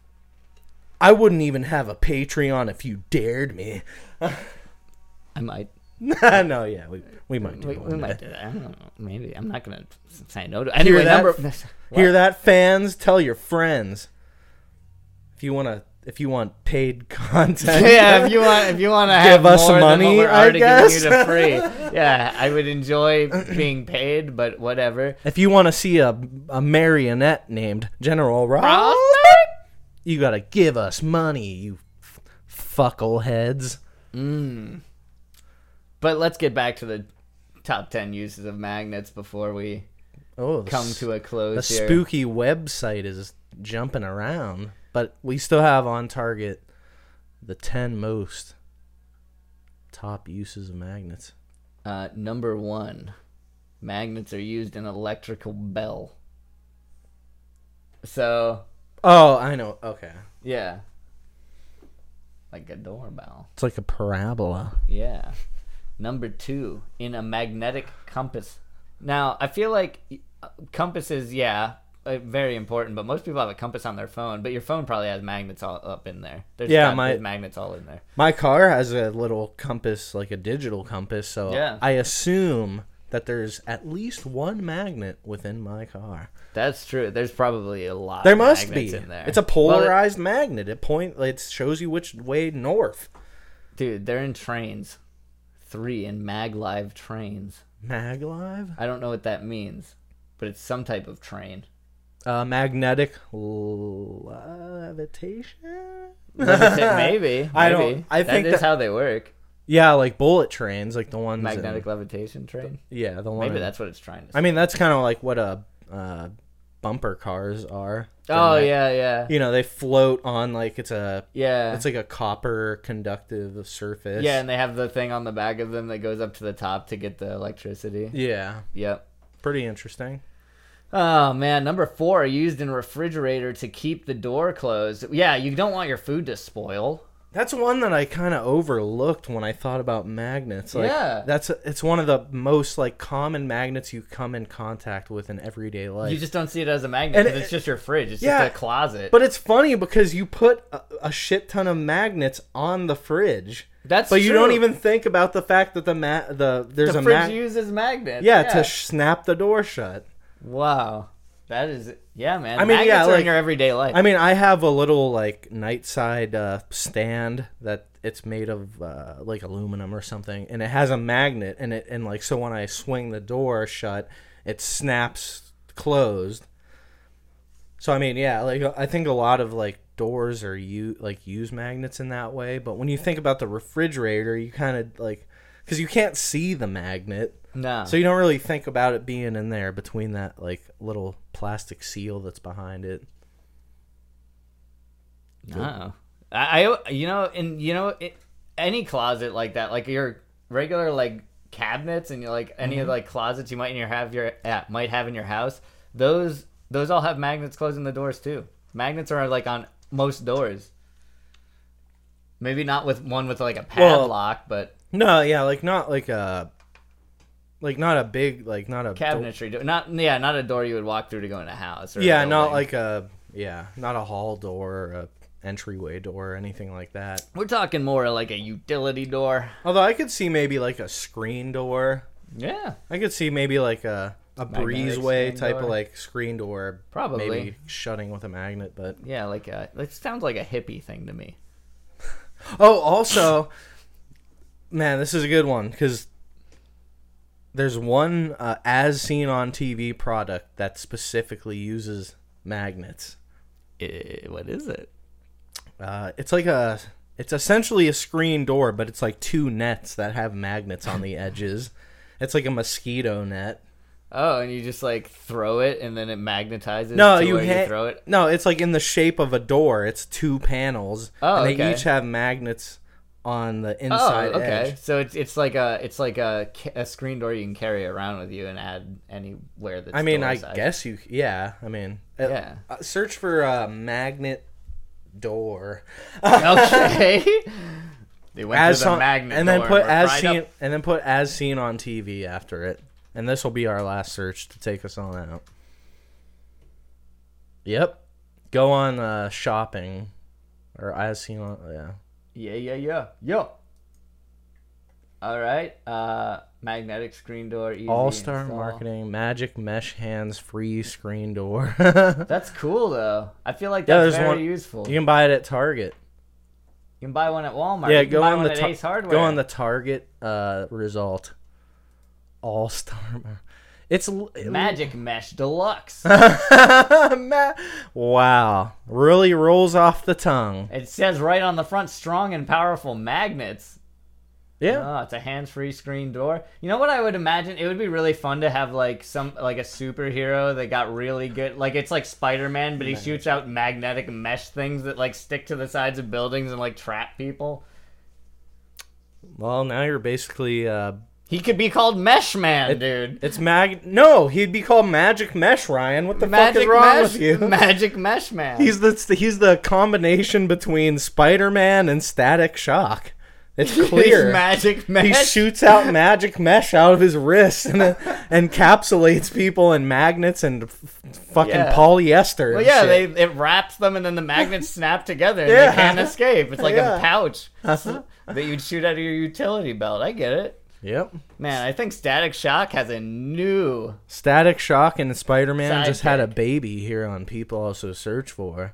S3: I wouldn't even have a Patreon if you dared me.
S2: I might.
S3: no, yeah, we, we might do
S2: We,
S3: one
S2: we
S3: day.
S2: might do that. I don't know. Maybe I'm not gonna say no to. Anyway,
S3: that?
S2: number.
S3: Hear that, fans? Tell your friends. If you want to, if you want paid content,
S2: yeah, if you want, if you want to have
S3: us
S2: more than
S3: money,
S2: what we're
S3: I
S2: already
S3: guess.
S2: giving you to free, yeah, I would enjoy being paid, but whatever.
S3: If you want to see a a marionette named General Ross, you gotta give us money, you f- fuckleheads.
S2: But let's get back to the top ten uses of magnets before we
S3: Oh, the,
S2: come
S3: s-
S2: to a close
S3: the
S2: here.
S3: spooky website is jumping around, but we still have on target the ten most top uses of magnets.
S2: Uh, number one, magnets are used in electrical bell. So
S3: Oh, I know. Okay,
S2: yeah, like a doorbell.
S3: it's like a parabola.
S2: Yeah. Number two, in a magnetic compass. Now, I feel like uh, compasses, yeah, uh, very important, but most people have a compass on their phone, but your phone probably has magnets all up in there. There's
S3: Yeah,
S2: got-
S3: my-
S2: there's magnets all in there.
S3: My car has a little compass, like a digital compass, so
S2: Yeah.
S3: I assume that there's at least one magnet within my car.
S2: That's true. There's probably a lot.
S3: There
S2: of
S3: must be.
S2: magnets In there.
S3: It's a
S2: Well, it-
S3: polarized magnet. It point it shows you which way north.
S2: dude, they're in trains. Three in maglive trains.
S3: Maglive?
S2: I don't know what that means, but it's some type of train.
S3: Uh, magnetic levitation?
S2: maybe, maybe.
S3: I don't- I think
S2: that is
S3: that-
S2: how they work.
S3: Yeah, like bullet trains, like the ones in-
S2: Magnetic levitation train.
S3: yeah, the one.
S2: Maybe
S3: in-
S2: that's what it's trying to.
S3: I mean, that's kind of like what a uh, bumper cars are. They're
S2: Oh
S3: like-
S2: yeah, yeah,
S3: You know, they float on like it's a
S2: yeah.
S3: It's like a copper conductive surface.
S2: yeah, and they have the thing on the back of them that goes up to the top to get the electricity.
S3: Yeah.
S2: Yep.
S3: Pretty interesting.
S2: Oh man, number four used in refrigerator to keep the door closed. Yeah, you don't want your food to spoil.
S3: That's one that I kind of overlooked when I thought about magnets. Like,
S2: Yeah.
S3: That's it's one of the most like common magnets you come in contact with in everyday life.
S2: You just don't see it as a magnet
S3: And
S2: 'cause
S3: it-
S2: it's just your fridge. It's
S3: Yeah,
S2: just a closet.
S3: but it's funny because you put a, a shit ton of magnets on the fridge.
S2: That's
S3: but you don't
S2: true.
S3: even think about the fact that the ma- the there's
S2: the
S3: a
S2: fridge
S3: mag-
S2: uses magnets.
S3: yeah, to sh- snap the door shut.
S2: wow, that is yeah, man.
S3: I mean,
S2: magnets
S3: yeah,
S2: are in
S3: like-
S2: your everyday life.
S3: I mean, I have a little like nightside uh, stand that it's made of uh, like aluminum or something, and it has a magnet, and it and like so when I swing the door shut, it snaps closed. So I mean, yeah, like I think a lot of like doors are you like use magnets in that way, but when you think about the refrigerator, you kind of like because you can't see the magnet.
S2: no,
S3: So you don't really think about it being in there between that like little plastic seal that's behind it.
S2: No, I, I you know, and you know, it, any closet like that, like your regular like cabinets and your like any
S3: Mm-hmm.
S2: of like closets you might in your have your uh, might have in your house, those those all have magnets closing the doors too. Magnets are like on most doors. Maybe not with one with like a
S3: Well-
S2: padlock, but
S3: No, yeah, like not like a Like not a big like not a
S2: cabinetry door. Not yeah, not a door you would walk through to go in a house. Or
S3: door-
S2: a
S3: yeah, not
S2: building.
S3: like a yeah, not a hall door, or a entryway door, or anything like that.
S2: we're talking more like a utility door.
S3: Although I could see maybe like a screen door.
S2: Yeah,
S3: I could see maybe like a a
S2: Magnetic
S3: breezeway
S2: screen
S3: type
S2: door.
S3: of like screen door,
S2: Probably.
S3: maybe shutting with a magnet. But
S2: yeah, like a, it sounds like a hippie thing to me.
S3: oh, also, man, this is a good one because there's one uh, as seen on TV product that specifically uses magnets.
S2: Eh, what is it?
S3: Uh, it's like a it's essentially a screen door, but it's like two nets that have magnets on the edges. It's like a mosquito net.
S2: Oh, and you just like throw it, and then it magnetizes.
S3: No,
S2: to
S3: you,
S2: where
S3: ha-
S2: you throw it.
S3: No, it's like in the shape of a door. It's two panels,
S2: Oh,
S3: and they
S2: okay.
S3: each have magnets on the
S2: Oh,
S3: inside
S2: okay.
S3: edge.
S2: So it's it's like a it's like a, ca- a screen door you can carry around with you and add anywhere that's.
S3: I mean,
S2: door
S3: I
S2: size.
S3: guess you. Yeah, I mean, uh,
S2: Yeah.
S3: uh, search for uh, magnet door
S2: okay. They went to the
S3: on-
S2: magnet
S3: and then
S2: door
S3: put
S2: we're
S3: as
S2: right
S3: seen,
S2: up-
S3: and then put as seen on TV after it. And this will be our last search to take us on out. Yep, go on uh, shopping, or as seen on. Yeah,
S2: Yeah, yeah, yeah, yeah. All right. Uh, magnetic screen door. easy
S3: All Star
S2: install.
S3: Marketing Magic Mesh Hands Free Screen Door.
S2: That's cool though. I feel like
S3: Yeah,
S2: that's
S3: there's
S2: very
S3: one-
S2: useful.
S3: You can buy it at Target.
S2: You can buy one at Walmart.
S3: yeah,
S2: you can
S3: go
S2: buy
S3: on
S2: one
S3: the
S2: at
S3: tar-
S2: Ace Hardware.
S3: go on the Target uh, result. All Star. Mar- It's l-
S2: Magic Mesh Deluxe.
S3: Ma- wow, really rolls off the tongue.
S2: it says right on the front, strong and powerful magnets.
S3: Yeah,
S2: Oh, it's a hands-free screen door. You know what I would imagine? It would be really fun to have like some like a superhero that got really good. Like it's like Spider-Man, but he shoots out magnetic mesh things that like stick to the sides of buildings and like trap people.
S3: well now you're basically uh,
S2: He could be called Mesh Man, dude.
S3: it's mag. No, he'd be called Magic Mesh Ryan. What the fuck is
S2: Magic
S3: wrong
S2: Mesh,
S3: with you?
S2: Magic Mesh Man.
S3: He's the he's the combination between Spider Man and Static Shock. It's clear.
S2: He's Magic
S3: he
S2: Mesh.
S3: shoots out magic mesh out of his wrist and uh, encapsulates people in magnets and f- fucking
S2: Yeah.
S3: polyester.
S2: Well,
S3: and
S2: yeah,
S3: shit.
S2: they it wraps them and then the magnets snap together and
S3: Yeah.
S2: they can't escape. It's like
S3: Yeah.
S2: a pouch
S3: Uh-huh.
S2: that you'd shoot out of your utility belt. I get it.
S3: Yep.
S2: Man, I think Static Shock has a new.
S3: Static Shock and Spider Man
S2: Sidekick.
S3: just had a baby here on People Also Search For.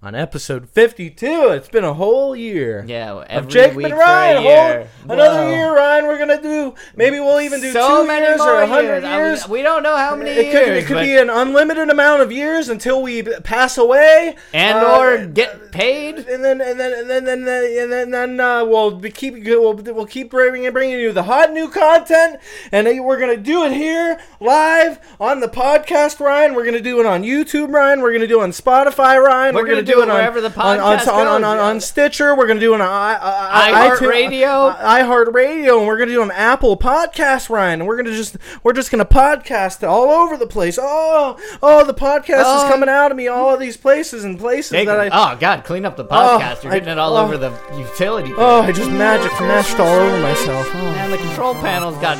S3: On episode 52, it's been a whole year.
S2: Yeah,
S3: Of
S2: every
S3: Jake
S2: week
S3: and
S2: for a
S3: Ryan,
S2: year.
S3: hold another
S2: Whoa.
S3: year, Ryan. We're gonna do maybe we'll even do
S2: so
S3: two
S2: many
S3: years
S2: more
S3: or a hundred
S2: years. I mean,
S3: years.
S2: we don't know how many
S3: It
S2: years.
S3: could, it could
S2: but-
S3: be an unlimited amount of years until we b- pass away,
S2: and
S3: uh,
S2: or get paid.
S3: and then and then and then and then and then, then uh, we'll be keep we'll, we'll keep bringing bringing you the hot new content, and then we're gonna do it here live on the podcast, Ryan. We're gonna do it on YouTube, Ryan. We're gonna do it on Spotify, Ryan.
S2: We're gonna do it
S3: on-
S2: wherever the
S3: on, on,
S2: podcast
S3: on, on,
S2: goes,
S3: on, on
S2: yeah.
S3: Stitcher. We're gonna do it on I, I, I,
S2: iHeart
S3: iTunes-
S2: Radio.
S3: I- iHeartRadio, and we're gonna do an Apple Podcast, Ryan. And we're gonna just we're just gonna podcast all over the place. Oh, oh, the podcast
S2: Oh.
S3: is coming out of me all of these places and places
S2: Jake,
S3: that I.
S2: oh God, clean up the podcast. You're
S3: I-
S2: getting it all
S3: oh.
S2: over the utility.
S3: Oh, I just magic meshed all over myself. Oh.
S2: and the control panel's got